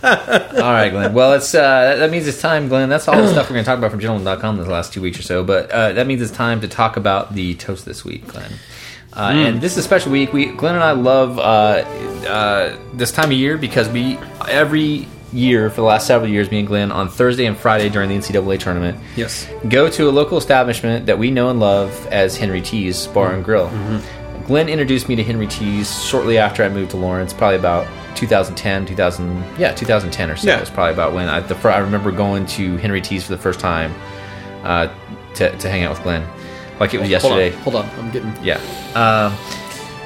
right, Glenn. Well, it's uh, that means it's time, Glenn. That's all the stuff we're going to talk about from gentleman.com the last two weeks or so. But uh, that means it's time to talk about the toast this week, Glenn. Uh, And this is a special week. We Glenn and I love uh, uh, this time of year because we every year for the last several years, me and Glenn on Thursday and Friday during the NCAA tournament,
Yes.
Mm-hmm.
go to a local establishment that we know and love as Henry T's Bar and Grill. Glenn Glenn introduced me to Henry Tees shortly after I moved to Lawrence, probably about 2010, 2000, yeah, 2010 or so.
Yeah.
It was probably about when I, the, fir- I remember going to Henry Tees for the first time uh, to, to hang out with Glenn. Like it was yesterday.
Hold on, hold on. I'm getting.
Yeah. Um,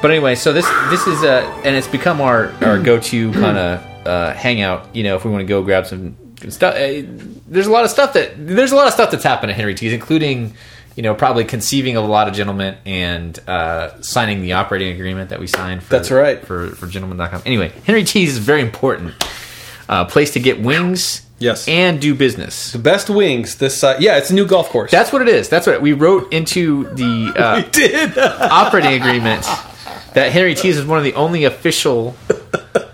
but anyway, so this this is uh and it's become our our go to kind of uh, hangout. You know, if we want to go grab some stuff, uh, there's a lot of stuff that there's a lot of stuff that's happened at Henry T's, including you know probably conceiving of a lot of gentlemen and uh, signing the operating agreement that we signed. For,
That's right.
for for gentlemen.com. Anyway, Henry T's is very important uh, place to get wings.
Yes.
and do business.
Best wings this side. Yeah, it's a new golf course.
That's what it is. That's what we wrote into the uh,
did.
operating agreement that Henry T's is one of the only official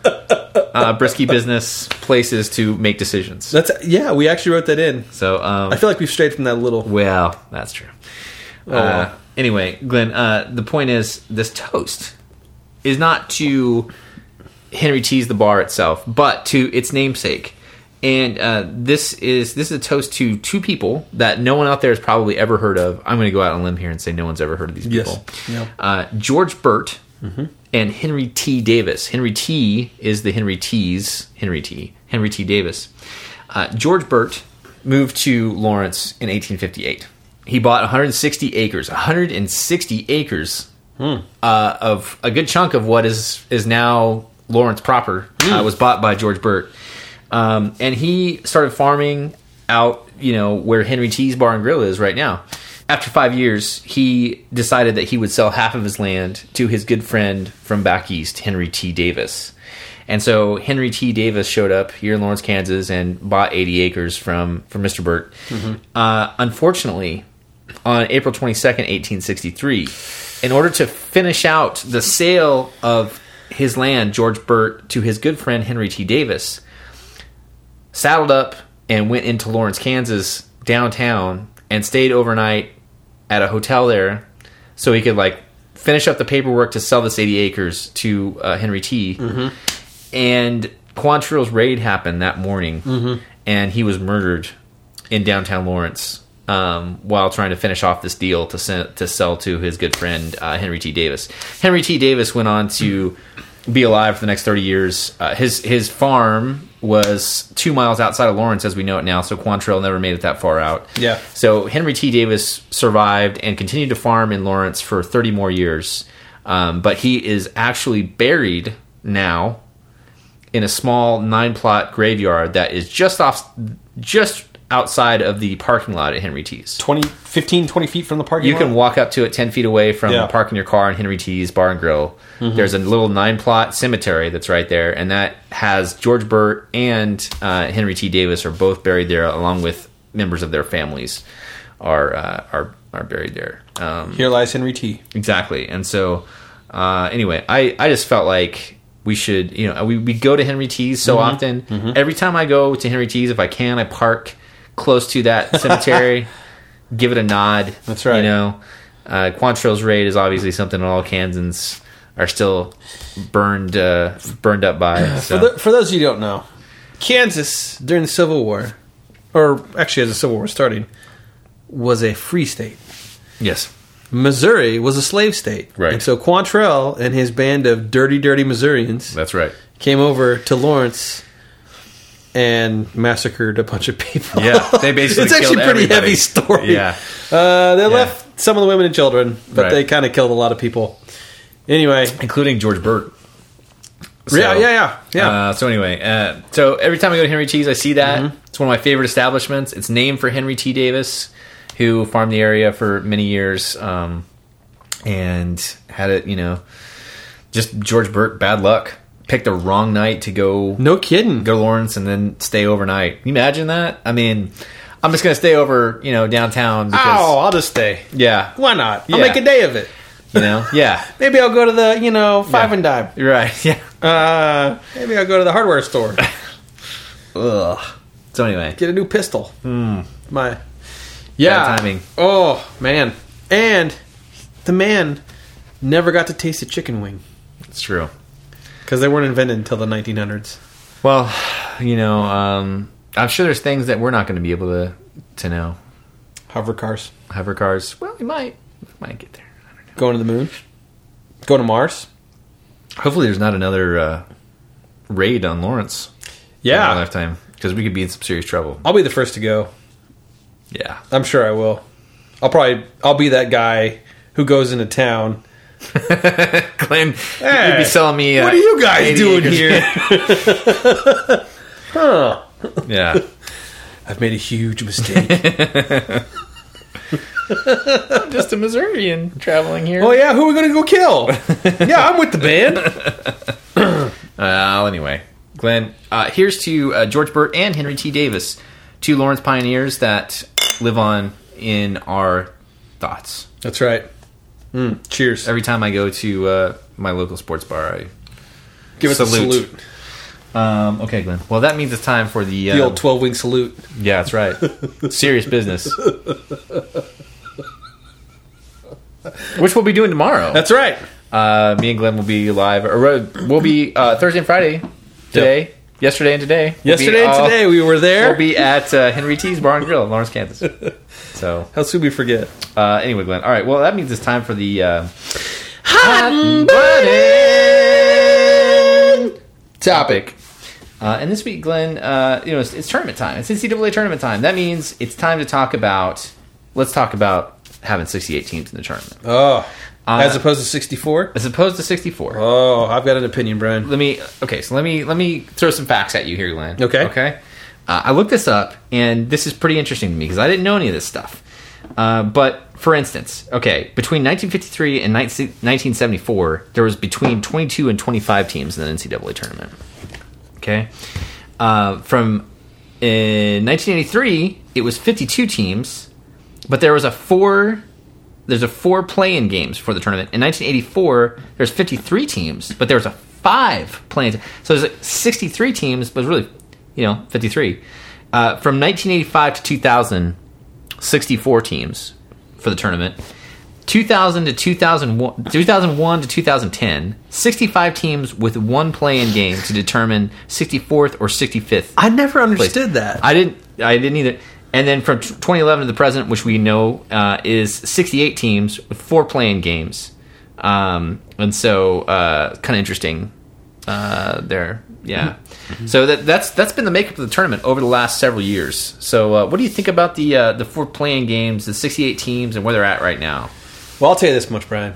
uh, brisky business places to make decisions.
That's yeah. We actually wrote that in.
So, um,
I feel like we've strayed from that a little.
well, that's true.
Oh.
Uh, anyway, Glenn, uh, the point is this toast is not to Henry T's the bar itself, but to its namesake. And uh, this is this is a toast to two people that no one out there has probably ever heard of. I'm going to go out on a limb here and say no one's ever heard of these
Yes.
people.
No.
Uh, George Burt and Henry T. Davis. Henry T. is the Henry T's Henry T. Henry T. Davis. Uh, George Burt moved to Lawrence in 1858. He bought 160 acres. 160 acres uh, of a good chunk of what is is now Lawrence proper uh, was bought by George Burt, um, and he started farming out you know where Henry T's Bar and Grill is right now. After five years, he decided that he would sell half of his land to his good friend from back east, Henry T. Davis. And so Henry T. Davis showed up here in Lawrence, Kansas, and bought 80 acres from from Mr. Burt. Uh, unfortunately, on April 22nd, 1863. In order to finish out the sale of his land, George Burt, to his good friend Henry T. Davis, saddled up and went into Lawrence, Kansas, downtown, and stayed overnight at a hotel there so he could, like, finish up the paperwork to sell this 80 acres to uh, Henry T. And Quantrill's raid happened that morning, and he was murdered in downtown Lawrence um, while trying to finish off this deal to sen- to sell to his good friend uh, Henry T. Davis. Henry T. Davis went on to be alive for the next thirty years. Uh, his his farm was two miles outside of Lawrence as we know it now, so Quantrill never made it that far out.
Yeah.
So Henry T. Davis survived and continued to farm in Lawrence for thirty more years, um, but he is actually buried now in a small nine plot graveyard that is just off just outside of the parking lot at Henry T's.
20, 15, 20 feet from the parking
You can
lot.
walk up to it 10 feet away from
Yeah.
parking your car in Henry T's Bar and Grill. There's a little nine plot cemetery that's right there, and that has George Burt and uh, Henry T. Davis are both buried there, along with members of their families are uh, are, are buried there. Um,
Here lies Henry T.
Exactly. And so, uh, anyway, I, I just felt like we should, you know, we, we go to Henry T's so
Mm-hmm.
often. Every time I go to Henry T's, if I can, I park close to that cemetery, give it a nod.
That's right.
You know, uh, Quantrill's raid is obviously something all Kansans are still burned uh, burned up by. So.
For, the, for those of you who don't know, Kansas during the Civil War, or actually as the Civil War started, was a free state.
yes.
Missouri was a slave state.
Right.
And so Quantrell and his band of dirty, dirty Missourians
That's right.
came over to Lawrence and massacred a bunch of people.
Yeah, they basically
it's actually
killed
pretty
everybody.
heavy story.
Yeah.
Uh, they left some of the women and children, but
Right.
they kind of killed a lot of people. Anyway,
Including George Burt.
yeah,
So-
yeah, yeah, yeah.
Uh, so anyway, uh, so every time I go to Henry T's, I see that it's one of my favorite establishments. It's named for Henry T. Davis, who farmed the area for many years, um, and had it. You know, just George Burt, bad luck, picked the wrong night to go
no kidding.
go to Lawrence and then stay overnight. Can you imagine that? I mean, I'm just gonna stay over, you know, downtown because
Oh, I'll just stay.
yeah,
Why not? I'll
Yeah.
make a day of it.
you know, yeah,
Maybe I'll go to the you know five
Yeah.
and dime.
you're right, yeah.
Uh, maybe I'll go to the hardware store
Ugh. So anyway,
get a new pistol. My
Bad timing.
Oh man, and the man never got to taste a chicken wing
it's true.
because they weren't invented until the 1900s.
Well, you know, um, I'm sure there's things that we're not going to be able to to know.
Hover cars,
Hover cars. Well, we might we might get there.
going to the moon, go to Mars.
Hopefully, there's not another uh, raid on Lawrence. in
Yeah,
our lifetime because we could be in some serious trouble.
I'll be the first to go.
Yeah,
I'm sure I will. I'll probably I'll be that guy who goes into town.
Glenn,
Hey,
you'd be selling me. Uh,
What are you guys
80
doing
acres.
here?
Yeah,
I've made a huge mistake.
just a Missourian traveling here.
oh yeah, who are we gonna go kill? yeah, I'm with the band.
Uh, anyway, Glenn, uh, here's to uh, George Burt and Henry T. Davis, two Lawrence pioneers that live on in our thoughts.
That's right. Mm, cheers.
Every time I go to uh, my local sports bar, I.
Give us
salute.
a salute.
Um, okay, Glenn. Well, that means it's time for the. Uh,
The old twelve wing salute.
yeah, that's right. serious business. Which we'll be doing tomorrow.
That's right.
Uh, me and Glenn will be live. Or uh, we'll be uh, Thursday and Friday today, yesterday and today. We'll be,
Yesterday and
uh,
today we were there.
We'll be at uh, Henry T's Bar and Grill in Lawrence, Kansas. So
How soon we forget?
uh, anyway, Glenn. All right. Well, that means it's time for the uh, hot and button topic. Uh, and this week, Glenn, uh, you know, it's, it's tournament time. It's NCAA tournament time. That means it's time to talk about. Let's talk about having sixty-eight teams in the tournament,
Oh,
Uh,
as opposed to sixty four.
as opposed to sixty-four.
Oh, I've got an opinion, Brian.
let me okay so let me let me throw some facts at you here Glenn.
Okay.
okay uh, i looked this up and this is pretty interesting to me because i didn't know any of this stuff uh, but for instance okay between 1953 and 19, 1974 there was between 22 and 25 teams in the ncaa tournament okay uh, from in 1983 it was 52 teams but there was a four there's a four play-in games for the tournament. In 1984, there's 53 teams, but there was a five play-in. So there's like 63 teams, but it's really, you know, 53. Uh, from 1985 to 2000, 64 teams for the tournament. 2000 to 2001, 2001 to 2010, 65 teams with one play-in game to determine 64th or 65th
I never
place.
understood that.
I didn't. I didn't either. And then from t- 2011 to the present, which we know uh, is 68 teams with four playing games, um, and so uh, kind of interesting uh, there. Yeah. So that that's that's been the makeup of the tournament over the last several years. So uh, what do you think about the uh, the four playing games, the 68 teams, and where they're at right now?
Well, I'll tell you this much, Brian.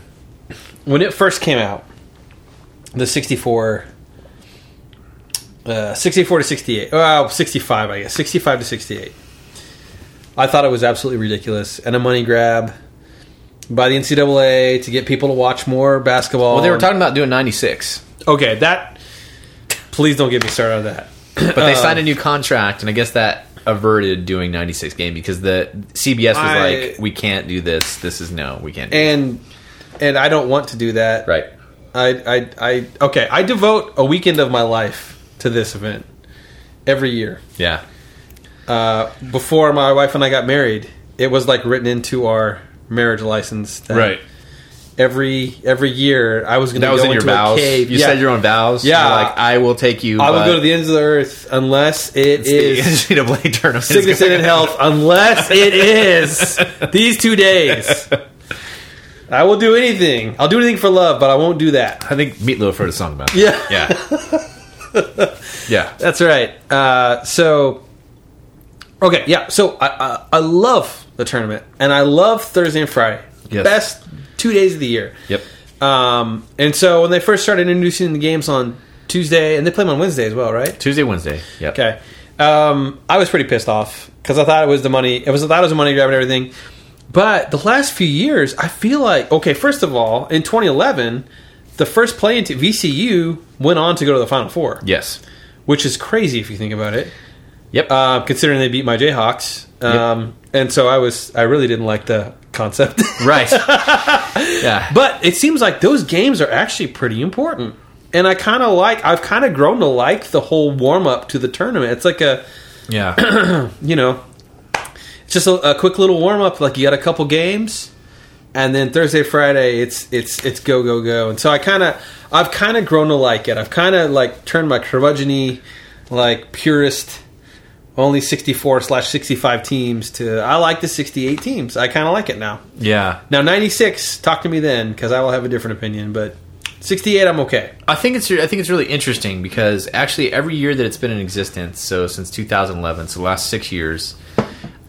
When it first came out, the 64, uh, 64 to 68, well, 65, I guess, 65 to 68, I thought it was absolutely ridiculous and a money grab by the NCAA to get people to watch more basketball.
Well, they were talking about doing 96,
Okay, that. Please don't get me started on that.
but they signed a
Uh,
new contract, and I guess that averted doing 96 game because the CBS was
I-
like, we can't do this. This is no, we can't. do
And and I don't want to do that.
Right.
I, I, I, okay, I devote a weekend of my life to this event every year.
Yeah.
Uh, before my wife and I got married, it was like written into our marriage license. That Every every year, I was going to
That
go
was in your
into
vows.
a cave.
You
Yeah.
said your own vows.
Yeah.
You're like I will take you.
I will
but
go to the ends of the earth unless it
it's
is
the NCAA tournament.
sickness and in health. Unless it is these two days. I will do anything. I'll do anything for love, but I won't do that.
I think Meatloaf wrote a song about.
Yeah.
Yeah. yeah.
That's right. Uh, so, okay, yeah. So I, I I love the tournament, and I love Thursday and Friday.
Yes.
Best two days of the year.
Yep.
Um, and so when they first started introducing the games on Tuesday, and they play them on Wednesday as well, right?
Tuesday, Wednesday. Yep.
Okay. Um, I was pretty pissed off because I thought it was the money. It was I thought it was a money grab and everything. But the last few years, I feel like okay. First of all, in 2011, the first play into VCU went on to go to the Final Four,
Yes.
which is crazy if you think about it.
Yep.
Uh, considering they beat my Jayhawks, um, and so I was I really didn't like the concept.
right. yeah.
But it seems like those games are actually pretty important. And I kind of like I've kind of grown to like the whole warm up to the tournament. It's like a
yeah.
you know, it's just a, a quick little warm up. Like you got a couple games, and then Thursday, Friday, it's it's it's go go go. And so I kind of I've kind of grown to like it. I've kind of like turned my curmudgeony, like purist, only sixty four slash sixty five teams to I like the sixty eight teams. I kind of like it now.
Yeah.
Now ninety six, talk to me then because I will have a different opinion. But 68, I'm okay.
I think it's I think it's really interesting because actually every year that it's been in existence, so since 2011, so the last six years,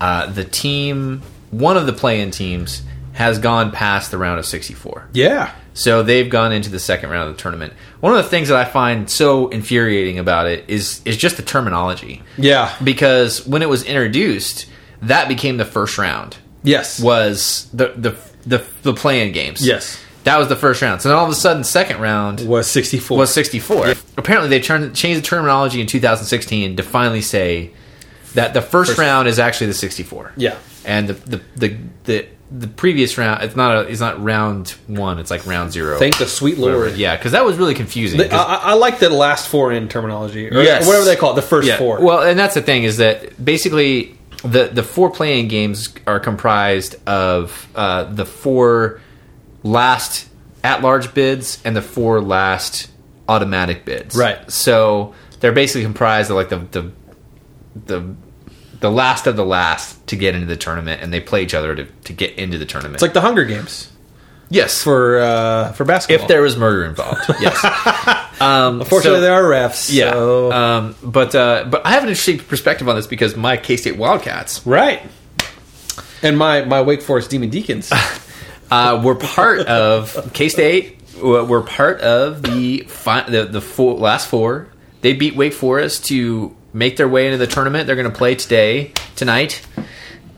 uh, the team, one of the play-in teams, has gone past the round of 64.
Yeah.
So they've gone into the second round of the tournament. One of the things that I find so infuriating about it is is just the terminology
Yeah.
because when it was introduced, that became the first round
Yes.
was the the the, the play-in games.
Yes.
that was the first round. So then all of a sudden, second round
Was 64.
was 64. Apparently, they turned, changed the terminology in 2016 to finally say that the first, round is actually the 64.
Yeah.
and the the the, the the previous round, it's not a, it's not round one. It's like round zero.
Thank the sweet
Whatever.
Lord.
Yeah, because that was really confusing.
The-
'cause-
I, I- I like the last four in terminology. Or
Yes.
Whatever they call it, the first
Yeah.
four.
Well, and that's the thing is that basically the the four playing games are comprised of uh, the four last at large bids and the four last automatic bids.
Right.
So they're basically comprised of like the the the the last of the last to get into the tournament, and they play each other to, to get into the tournament.
it's like the Hunger Games
yes,
for uh, for basketball.
if there was murder involved, yes. Um, so-
Fortunately, there are refs.
yeah.
so-
Um, but uh, but I have an interesting perspective on this because my K State Wildcats
right. And my, my Wake Forest Demon Deacons.
uh, were part of K State. Were part of the fi- the, the four, last four. They beat Wake Forest to make their way into the tournament. They're going to play today tonight.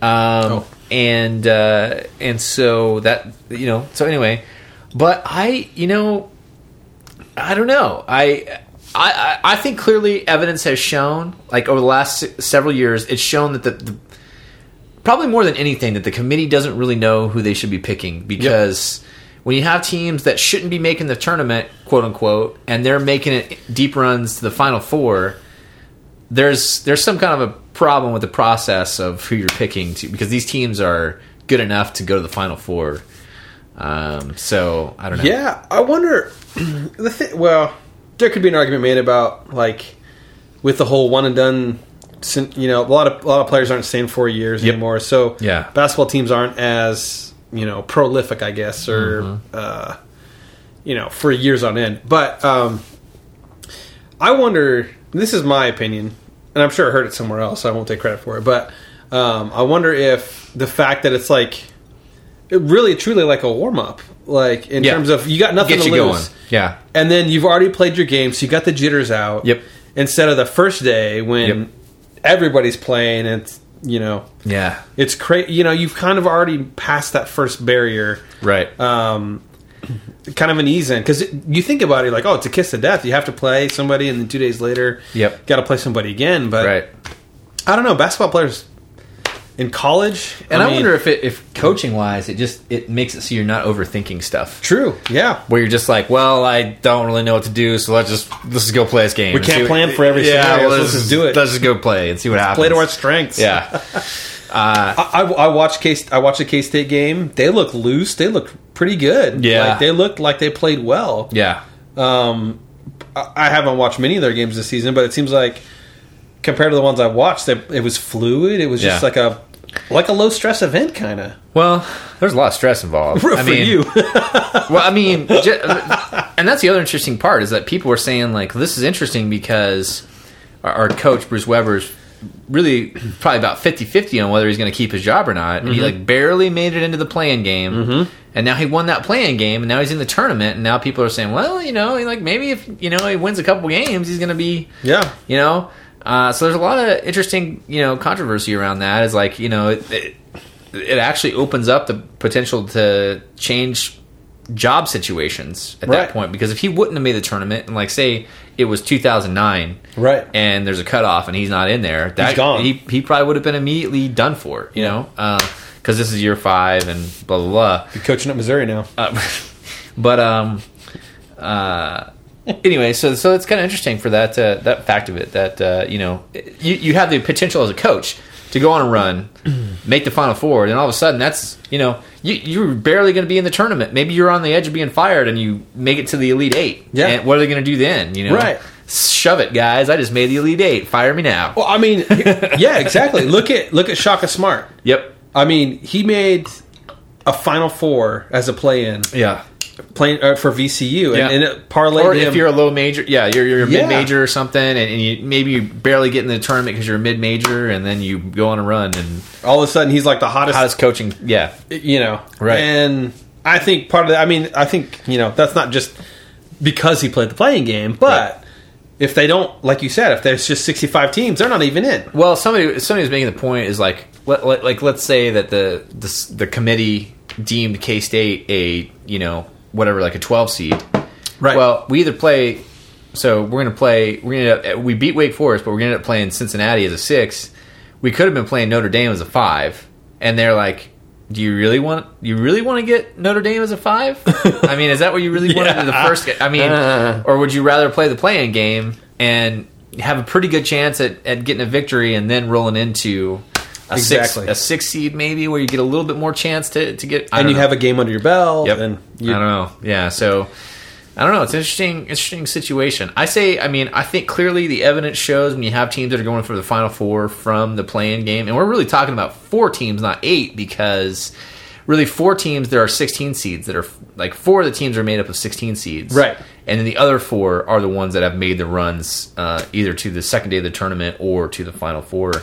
Um, and uh, and so that you know. So anyway, but I you know I don't know. I, I I I think clearly evidence has shown, like over the last se- several years, it's shown that the, the probably more than anything that the committee doesn't really know who they should be picking because when you have teams that shouldn't be making the tournament, quote unquote, and they're making it deep runs to the final four, there's there's some kind of a problem with the process of who you're picking to because these teams are good enough to go to the final four. Um, so I don't know.
Yeah, I wonder. The th- well, there could be an argument made about like with the whole one and done. syn- You know, a lot of a lot of players aren't staying four years anymore, so
Yeah.
basketball teams aren't as you know prolific, I guess, or uh, you know for years on end. But um, I wonder. This is my opinion, and I'm sure I heard it somewhere else. So I won't take credit for it, but um, I wonder if the fact that it's like it really truly like a warm up, like in
Yeah.
terms of you got nothing
Get
to
you
lose,
going. Yeah.
and then you've already played your game, so you got the jitters out.
Yep.
Instead of the first day when
Yep.
everybody's playing, and it's you know
Yeah.
it's crazy. You know you've kind of already passed that first barrier,
Right.
um, kind of an ease in because you think about it like, oh, it's a kiss to death. You have to play somebody, and then two days later,
Yep.
got to play somebody again. But
right.
I don't know, basketball players in college,
And I,
mean-
wonder if it, if coaching wise, it just it makes it so you're not overthinking stuff.
true, yeah.
Where you're just like, well, I don't really know what to do, so let's just let's just go play this game.
We
and
can't
see what-
plan for every scenario, so let's just do it.
Let's just go play and see what happens.
Play to our strengths.
yeah,
I, I- I watched K. I watched the K State game. They looked loose. They looked pretty good.
Yeah.
like, they looked like they played well.
yeah,
Um, I, I haven't watched many of their games this season, but it seems like compared to the ones I watched, they, it was fluid. It was just
Yeah.
like a like a low stress event, kind of.
Well, there's a lot of stress involved.
For
I mean,
you,
well, I mean, ju- and that's the other interesting part is that people were saying like this is interesting because our, our coach Bruce Weber's really probably about 50-50 on whether he's going to keep his job or not. And he like barely made it into the playing game, and now he won that playing game, and now he's in the tournament, and now people are saying, well, you know, like maybe if you know he wins a couple games, he's going to be
yeah,
you know uh, so there's a lot of interesting you know controversy around that is like you know it, it, it actually opens up the potential to change job situations at
Right.
that point because if he wouldn't have made the tournament and like say it was 2009
Right.
and there's a cutoff and he's not in there that
gone.
he, he probably would have been immediately done for you know because this is year five and blah blah blah
You're coaching at Missouri now.
uh, but um, uh, anyway, so so it's kind of interesting for that uh, that fact of it that uh, you know you you have the potential as a coach to go on a run, make the final four, and all of a sudden that's you know you you're barely going to be in the tournament. Maybe you're on the edge of being fired, and you make it to the elite eight.
Yeah.
and what are they going to do then? You know,
Right.
Shove it, guys! I just made the elite eight. Fire me now.
well, I mean, yeah, exactly. Look at look at Shaka Smart.
Yep.
I mean, he made a Final Four as a play-in.
Yeah.
playing uh, for VCU, and,
Yeah.
and it parlayed
Or
him.
if you're a low major, yeah, you're, you're a
Yeah.
mid major or something, and, and you, maybe you barely get in the tournament because you're a mid major, and then you go on a run and
all of a sudden, he's like the hottest,
hottest coaching. Yeah,
you know.
Right.
And I think part of that. I mean, I think you know that's not just because he played the playing game, but
Right.
if they don't, like you said, if there's just 65 teams, they're not even in.
Well, somebody somebody was making the point is like let, let, like let's say that the the, s- the committee deemed K State a you know whatever like a twelve seed.
Right.
Well, we either play. So we're gonna play. We're gonna we beat Wake Forest, but we're gonna end up playing Cincinnati as a six. We could have been playing Notre Dame as a five, and they're like, "Do you really want? You really want to get Notre Dame as a five? I mean, is that what you really wanted in the
Yeah. Uh.
first? ga- I mean, or would you rather play the playing game and have a pretty good chance at, at getting a victory and then rolling into a
Exactly.
six a six seed maybe where you get a little bit more chance to to get I
and
don't
you
know.
have a game under your belt.
Yep.
And you,
I don't know. Yeah, so I don't know. It's an interesting, interesting situation. I say, I mean, I think clearly the evidence shows when you have teams that are going for the Final Four from the playing game, and we're really talking about four teams, not eight, because really four teams. There are sixteen seeds that are like four of the teams are made up of sixteen seeds,
Right.
And then the other four are the ones that have made the runs uh, either to the second day of the tournament or to the Final Four.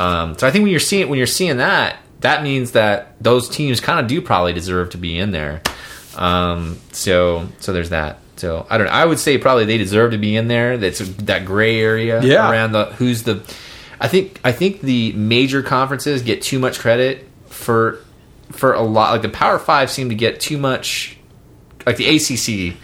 Um, so I think when you're seeing when you're seeing that, that means that those teams kind of do probably deserve to be in there. Um, so so there's that. So I don't know. I would say probably they deserve to be in there. That's that gray area
Yeah.
around the who's the. I think I think the major conferences get too much credit for for a lot. Like the Power Five seem to get too much. Like the ACC.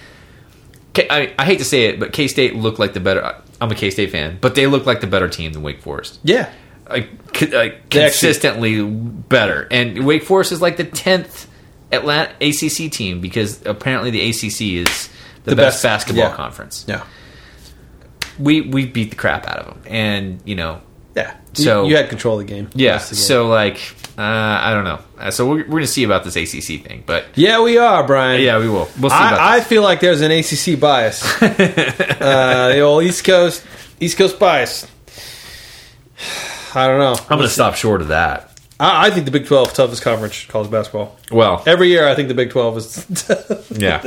K- I, I hate to say it, but K State looked like the better. I'm a K State fan, but they look like the better team than Wake Forest
Yeah.
like, co- like uh,
They actually-
consistently better. And Wake Forest is like the tenth Atlanta ACC team because apparently the ACC is the,
The
best,
best-
basketball
yeah.
conference.
Yeah.
We we beat the crap out of them, and you know,
Yeah.
So-
you, you had control of the game.
yeah.
Most of the game.
So like, uh, I don't know. Uh, So we're, we're gonna see about this ACC thing, but
yeah, we are Brian.
yeah, we will. We'll see about
I, I
this.
feel like there's an ACC bias. uh, the old East Coast, East Coast bias. I don't know.
I'm gonna stop short of that.
I, I think the Big Twelve toughest conference college basketball.
Well,
Every year, I think the Big Twelve is.
yeah.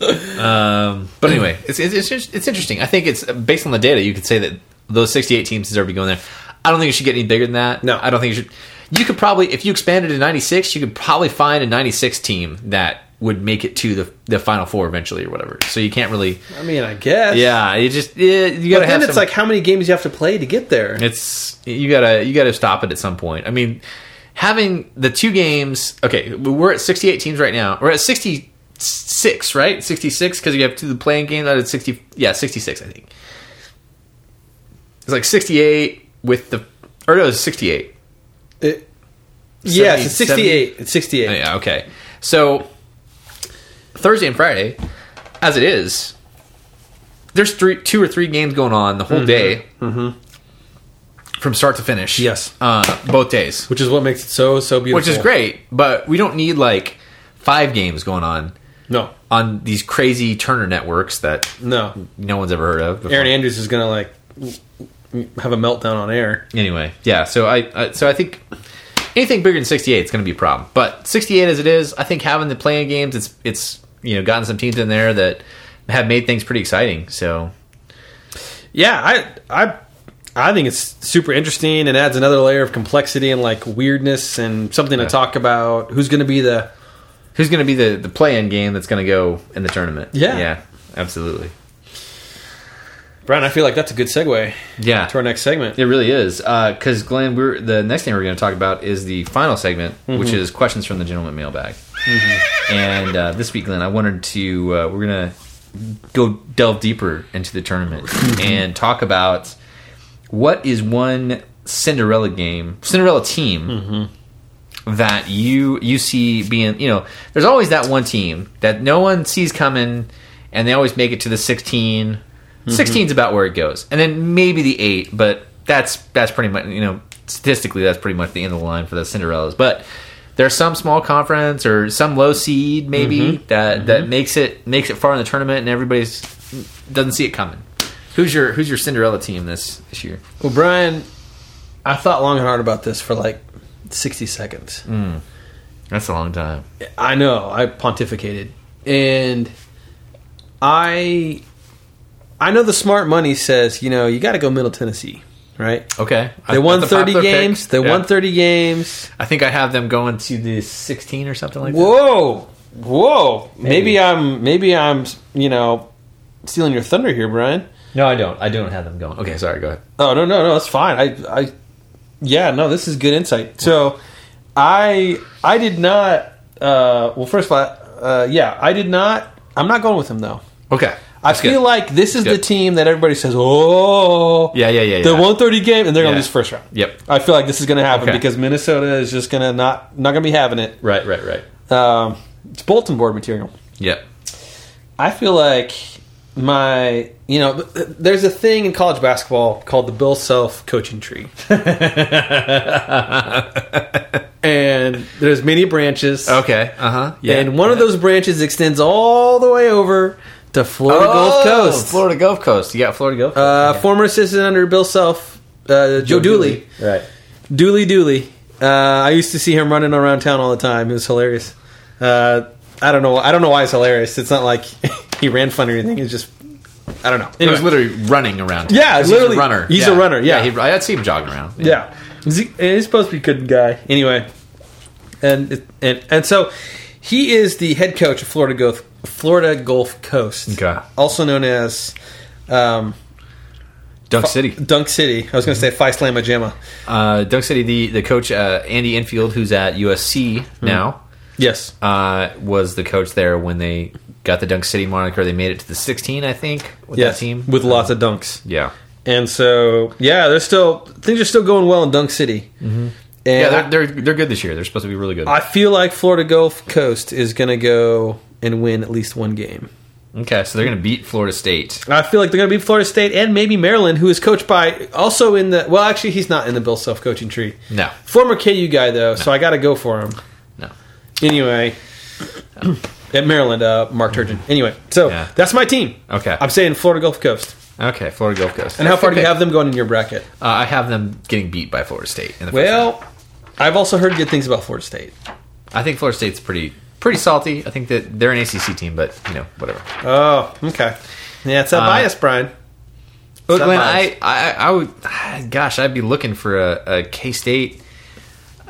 um, but anyway, it's, it's it's just- it's interesting. I think it's based on the data. You could say that those sixty-eight teams deserve to go in there. I don't think it should get any bigger than that.
No.
I don't think it should. You could probably, if you expanded to ninety-six, you could probably find a ninety-six team that would make it to the the final four eventually or whatever. So you can't really.
I mean, I guess.
Yeah, you just yeah, you gotta
But then
have.
it's
some-
like how many games you have to play to get there.
it's you gotta you gotta stop it at some point. I mean, having the two games. Okay, we're at sixty eight teams right now. We're at sixty six, right? Sixty six because you have two the playing games out of sixty. Yeah, sixty six. I think it's like sixty eight with the or no, it's sixty eight.
It- yes, it's
70,
68. It's 68.
Oh, Yeah, okay. So Thursday and Friday, as it is, there's three, two or three games going on the whole day from start to finish.
Yes.
uh, both days,
Which is what makes it so, so beautiful.
which is great. But we don't need like five games going on
No,
on these crazy Turner networks that
no.
no one's ever heard of. Before.
Aaron Andrews is going to, like, w- w- have a meltdown on air.
anyway, yeah. So I, I so I think anything bigger than 68 is going to be a problem. But 68 as it is, I think having the playing games, it's it's you know gotten some teams in there that have made things pretty exciting. So
Yeah, I, I, I think it's super interesting and adds another layer of complexity and, like, weirdness and something
Yeah.
to talk about. Who's going to be the.
who's going to be the the play-in game that's going to go in the tournament?
Yeah.
yeah, absolutely.
Brian, I feel like that's a good segue
Yeah,
to our next segment.
It really is because Glenn, we're the next thing we're going to talk about is the final segment, which is questions from the gentleman mailbag. And uh, this week, Glenn, I wanted to uh, we're going to go delve deeper into the tournament and talk about what is one Cinderella game, Cinderella team that you you see being you know there's always that one team that no one sees coming and they always make it to the 16
Mm-hmm.
16's about where it goes and then maybe the 8 but that's that's pretty much you know statistically that's pretty much the end of the line for the cinderellas but there's some small conference or some low seed maybe
Mm-hmm.
that that makes it makes it far in the tournament and everybody's doesn't see it coming who's your who's your cinderella team this this year
Well, Brian, I thought long and hard about this for, like, 60 seconds.
Mm. that's a long time
I know. I pontificated. and I I know the smart money says you know you got to go Middle Tennessee, right?
Okay.
They
I-
won
that's a
thirty
popular pick.
games. They
Yeah.
won thirty games.
I think I have them going to the 16 or something like that.
Whoa, whoa. Maybe I'm maybe I'm you know stealing your thunder here, Brian.
No, I don't. I don't have them going. Okay, sorry. Go ahead.
Oh no no no, that's fine. I I yeah no, this is good insight. So I I did not. Uh, well, first of all, uh, yeah, I did not. I'm not going with him though.
Okay.
I
That's
feel
good.
like this is the
Good.
team that everybody says, oh,
Yeah, yeah, yeah,
the
yeah.
130 game, and they're gonna
Yeah.
lose first round.
Yep.
I feel like this is gonna happen
Okay.
because Minnesota is just gonna not not gonna be having it.
Right, right, right.
Um, it's bulletin board material.
Yep.
I feel like my you know th- th- there's a thing in college basketball called the Bill Self coaching tree, and there's many branches.
Okay. Uh huh. Yeah.
and one of those branches extends all the way over to Florida Gulf Coast.
Oh, Florida Gulf Coast. You got Florida Gulf Coast.
Uh,
Okay.
Former assistant under Bill Self, uh, Joe, Dooley.
Right.
Dooley Dooley. Uh, I used to see him running around town all the time. It was hilarious. Uh, I don't know. I don't know why it's hilarious. It's not like he ran fun or anything. It's just I don't know.
He was
Anyway.
literally running around.
Yeah,
'Cause
literally.
He's a runner.
He's a runner, yeah.
he, I'd see him jogging around.
Yeah, he's, eh, he's supposed to be a good guy. Anyway, and it- and and so he is the head coach of Florida Gulf Florida Gulf Coast,
Okay.
also known as um,
Dunk City.
Dunk City. I was going to say
Mm-hmm.
Feist Lama Jamma.
Uh, Dunk City, the, the coach, uh, Andy Enfield, who's at USC
Hmm.
now,
Yes,
uh, was the coach there when they got the Dunk City moniker. They made it to the 16, I think, with
yes,
that team. Um,
with lots of dunks.
Yeah.
And so yeah, they're still things are still going well in Dunk City. Mm-hmm. And
Yeah, they're,
I-
they're, they're good this year. They're supposed to be really good.
I feel like Florida Gulf Coast is going to go and win at least one game.
okay, so they're going to beat Florida State.
I feel like they're going to beat Florida State and maybe Maryland, who is coached by also in the well. Actually, he's not in the Bill Self coaching tree.
No.
former KU guy though, so I got to go for him
No.
anyway. at Maryland, uh, Mark Turgeon. Anyway, so
Yeah.
that's my team.
Okay.
I'm saying Florida Gulf Coast.
Okay, Florida Gulf Coast.
And how far do you have them going in your bracket?
Uh, I have them getting beat by Florida State. In the first round.
Well, I've also heard good things about Florida State.
I think Florida State's pretty pretty salty. I think that they're an ACC team, but you know whatever.
Oh, okay. Yeah, it's that
Uh,
bias, Brian.
But Glenn,
biased.
I, I I would ah, gosh, I'd be looking for a, a K State,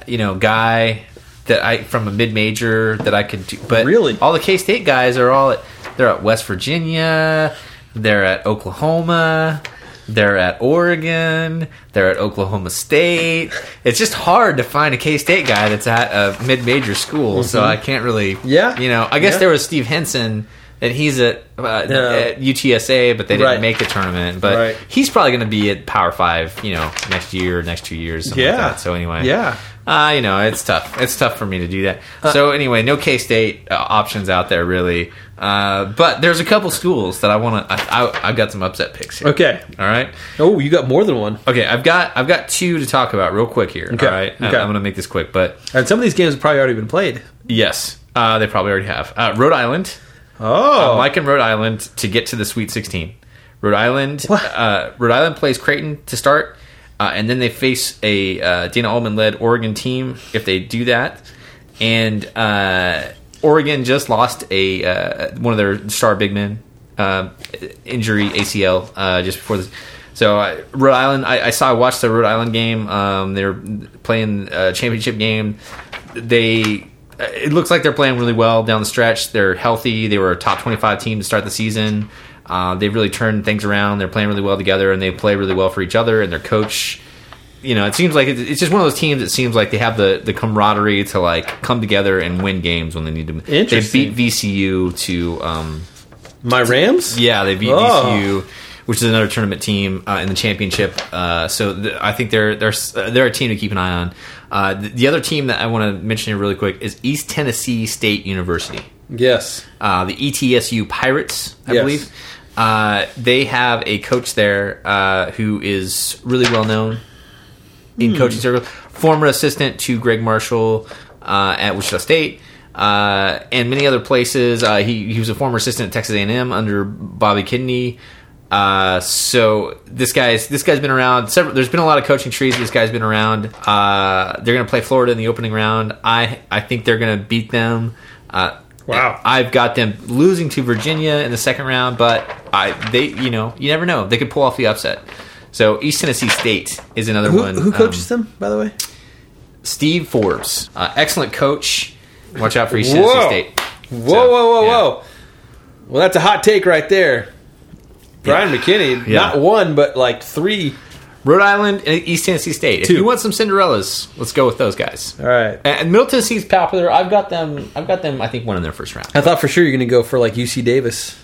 you know, guy that I from a mid major that I could do. But
Really?
all the K State guys are all at they're at West Virginia, they're at Oklahoma. They're at Oregon. They're at Oklahoma State. It's just hard to find a K State guy that's at a mid-major school, so I can't really.
Mm-hmm. Yeah.
you know. I guess
Yeah.
there was Steve Henson, and he's at, uh,
Yeah.
at UTSA, but they didn't
Right.
make the tournament. But
Right.
he's probably going to be at Power Five, you know, next year, next two years, something
Yeah.
like that. So anyway,
Yeah.
uh, you know, it's tough. It's tough for me to do that. so anyway, no K State uh, options out there really. Uh, but there's a couple schools that I want to. I, I, I've got some upset picks here.
Okay.
all right.
Oh, you got more than one.
Okay, I've got I've got two to talk about real quick here.
Okay,
All right, I-
okay.
I'm going to make this quick, but
And some of these games have probably already been played.
yes, uh, they probably already have. Uh, Rhode Island.
Oh,
I'm liking Rhode Island to get to the Sweet 16. Rhode Island, uh, Rhode Island plays Creighton to start, uh, and then they face a uh, Dana Allman led Oregon team if they do that. And uh, Oregon just lost a uh, one of their star big men uh, injury ACL uh, just before this. So I, Rhode Island, I, I saw I watched the Rhode Island game. Um, they're playing a championship game. They uh, it looks like they're playing really well down the stretch. They're healthy. They were a top 25 team to start the season. Uh, they've really turned things around. They're playing really well together, and they play really well for each other. And their coach, you know, it seems like it's it's just one of those teams. It seems like they have the the camaraderie to like come together and win games when they need to. They
Interesting.
beat VCU to um,
my Rams.
yeah, they beat
Oh.
VCU, which is another tournament team uh, in the championship. Uh, so th- I think they're they're s- uh, they're a team to keep an eye on. Uh, the, the other team that I want to mention here really quick is East Tennessee State University,
Yes.
uh, the ETSU Pirates, I
Yes.
believe. Uh, they have a coach there uh, who is really well known in coaching circles. Former assistant to Greg Marshall uh, at Wichita State uh, and many other places. Uh, he he was a former assistant at Texas A and M under Bobby Kidney. Uh, so this guy's this guy's been around. Several, there's been a lot of coaching trees. This guy's been around. Uh, they're going to play Florida in the opening round. I I think they're going to beat them. Uh,
Wow.
I've got them losing to Virginia in the second round, but I they you know you never know they could pull off the upset. So East Tennessee State is another
Who,
one.
who coaches
Um,
them, by the way?
Steve Forbes, uh, excellent coach. Watch out for East
Whoa.
Tennessee State.
Whoa, whoa, whoa,
yeah.
whoa. Well, that's a hot take right there. Brian McKinney,
Yeah.
not one, but like three.
Rhode Island and East Tennessee State. If
Two.
you want some Cinderellas, let's go with those guys.
All right.
And Middle Tennessee's popular. I've got them. I've got them. I think one in their first round.
I thought for sure you're going to go for like UC Davis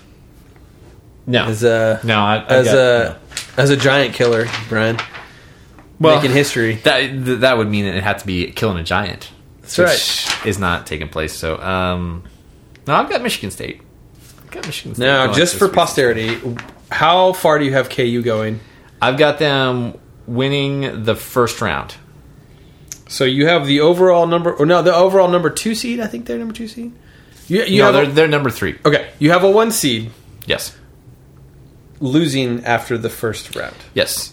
No,
as uh, a
no, I, I
as
got-
a as a giant killer, Brian.
Well-
making history.
no. that th- that would mean that it had to be killing a giant. That's
right.
Is not taking place. So, um, no, I've got Michigan State. I've got Michigan State.
Now,
going
just
this
for
week.
posterity, how far do you have KU going?
I've got them winning the first round.
So you have the overall number, or no, the overall number two seed. I think they're number two seed. You, you
no,
have
they're
a-
they're number three.
okay. You have a one seed
Yes,
losing after the first round,
yes.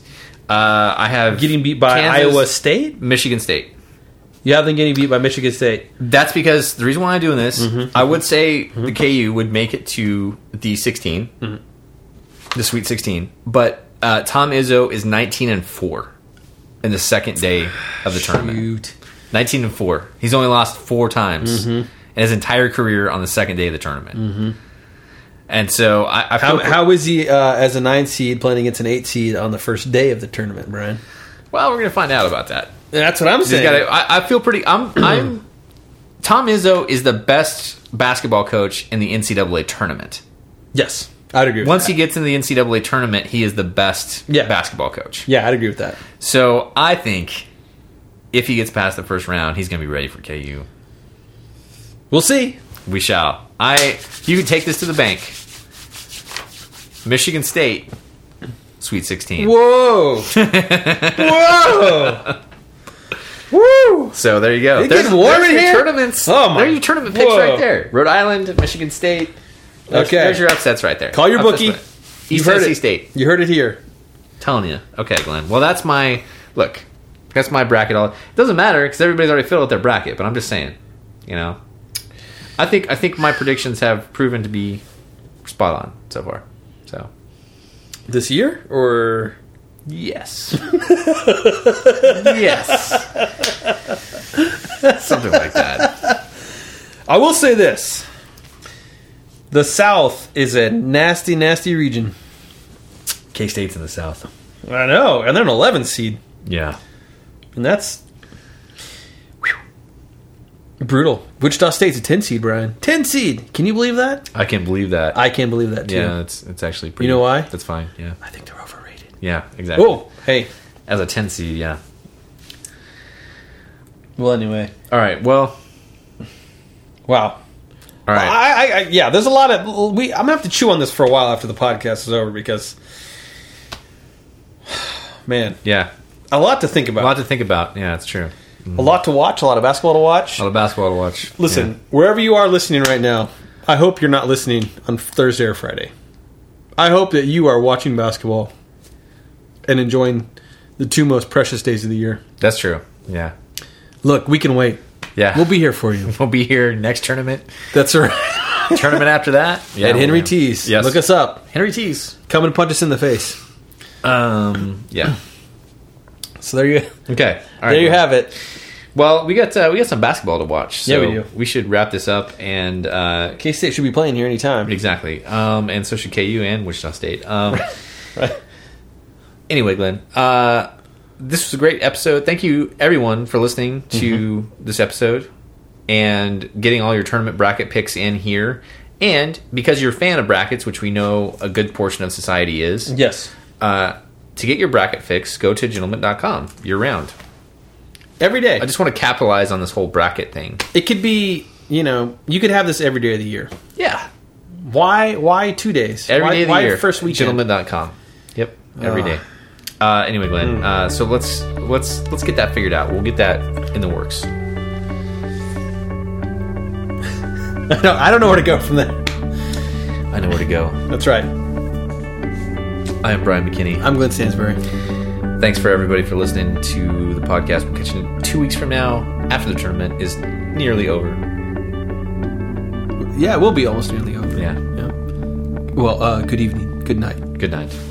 Uh, I have
getting beat by
Kansas,
Iowa State.
Michigan State.
You have them getting beat by Michigan State.
That's because the reason why I'm doing this,
Mm-hmm.
I would say the KU would make it to the 16,
Mm-hmm.
the Sweet 16. But uh, Tom Izzo is 19 and four in the second day of the tournament.
Shoot.
19 and four. He's only lost four times
Mm-hmm.
in his entire career on the second day of the tournament. And so I, I feel
How, how is he uh, as a nine seed playing against an eight seed on the first day of the tournament, Brian?
well, we're going to find out about that.
That's what I'm
He's
saying.
got. I, I feel pretty. I'm. I'm. Tom Izzo is the best basketball coach in the NCAA tournament.
yes, I'd agree. With
Once
that.
he gets into the NCAA tournament, he is the best
Yeah.
basketball coach.
yeah, I'd agree with that.
So I think if he gets past the first round, he's going to be ready for KU.
We'll see.
We shall. I. You can take this to the bank. Michigan State, Sweet Sixteen.
Whoa, whoa, woo!
So there you go.
It gets warm in
your
here?
Tournaments.
Oh, my-
There are your tournament picks
Whoa.
right there. Rhode Island, Michigan State. There's,
Okay.
There's your upsets right there.
Call your
Upsets
bookie.
right. East
heard
Tennessee
it.
State.
You heard it here.
Telling you. Okay, Glenn. Well, that's my look. That's my bracket. All it doesn't matter because everybody's already filled out their bracket. But I'm just saying, you know, I think I think my predictions have proven to be spot on so far. So
This year or
yes, yes, something like that.
I will say this. The South is a nasty, nasty region.
K State's in the South.
I know, and they're an 11 seed,
Yeah.
and that's whew, brutal. Wichita State's a 10 seed, Brian. 10 seed. Can you believe that?
I can't believe that.
I can't believe that too.
yeah, it's it's actually pretty.
You know why?
That's fine. Yeah,
I think they're overrated.
yeah, exactly.
Oh, hey.
As a ten seed, yeah.
Well, anyway.
All right. Well,
Wow.
all right.
I, I, I yeah. There's a lot of we. I'm gonna have to chew on this for a while after the podcast is over because, man,
yeah,
a lot to think
a lot
about,
to think about. Yeah, it's true.
a lot to watch, a lot of basketball to watch.
A lot of basketball to watch.
Listen, wherever you are listening right now, I hope you're not listening on Thursday or Friday. I hope that you are watching basketball and enjoying the two most precious days of the year.
Yeah, that's true. Yeah,
Look, we can wait.
yeah.
We'll be here for you.
we'll be here next tournament.
That's right.
tournament after that. Yeah,
At Henry
we'll-
T's.
Yes.
Look us up.
Henry T's.
Come and punch us in the face.
Um. Yeah.
So there you
Okay. All right.
there you have it.
Well, we got uh, we got some basketball to watch. So
Yeah, we do.
We should wrap this up and uh,
K State should be playing here anytime.
Exactly. Um, and so should KU and Wichita State. Um, Anyway, Glenn, uh, this was a great episode. Thank you, everyone, for listening to this episode and getting all your tournament bracket picks in here. And because you're a fan of brackets, which we know a good portion of society is,
Yes.
uh, to get your bracket fix, go to gentleman.com year round.
Every day.
I just want to capitalize on this whole bracket thing.
it could be, you know, you could have this every day of the year.
Yeah.
Why why two days?
Every
why,
day of the
why
year.
first weekend?
Gentleman.com. Yep. every
Ah.
day. Uh, anyway, Glenn. Uh, so let's let's let's get that figured out. We'll get that in the works.
I don't, I don't know where to go from there.
I know where to go.
That's right.
I am Brian McKinney.
I'm Glenn Stansbury.
Thanks for everybody for listening to the podcast. We'll catch you two weeks from now after the tournament is nearly over.
yeah, it will be almost nearly over.
Yeah.
Yeah. Well, uh, good evening. Good night.
Good night.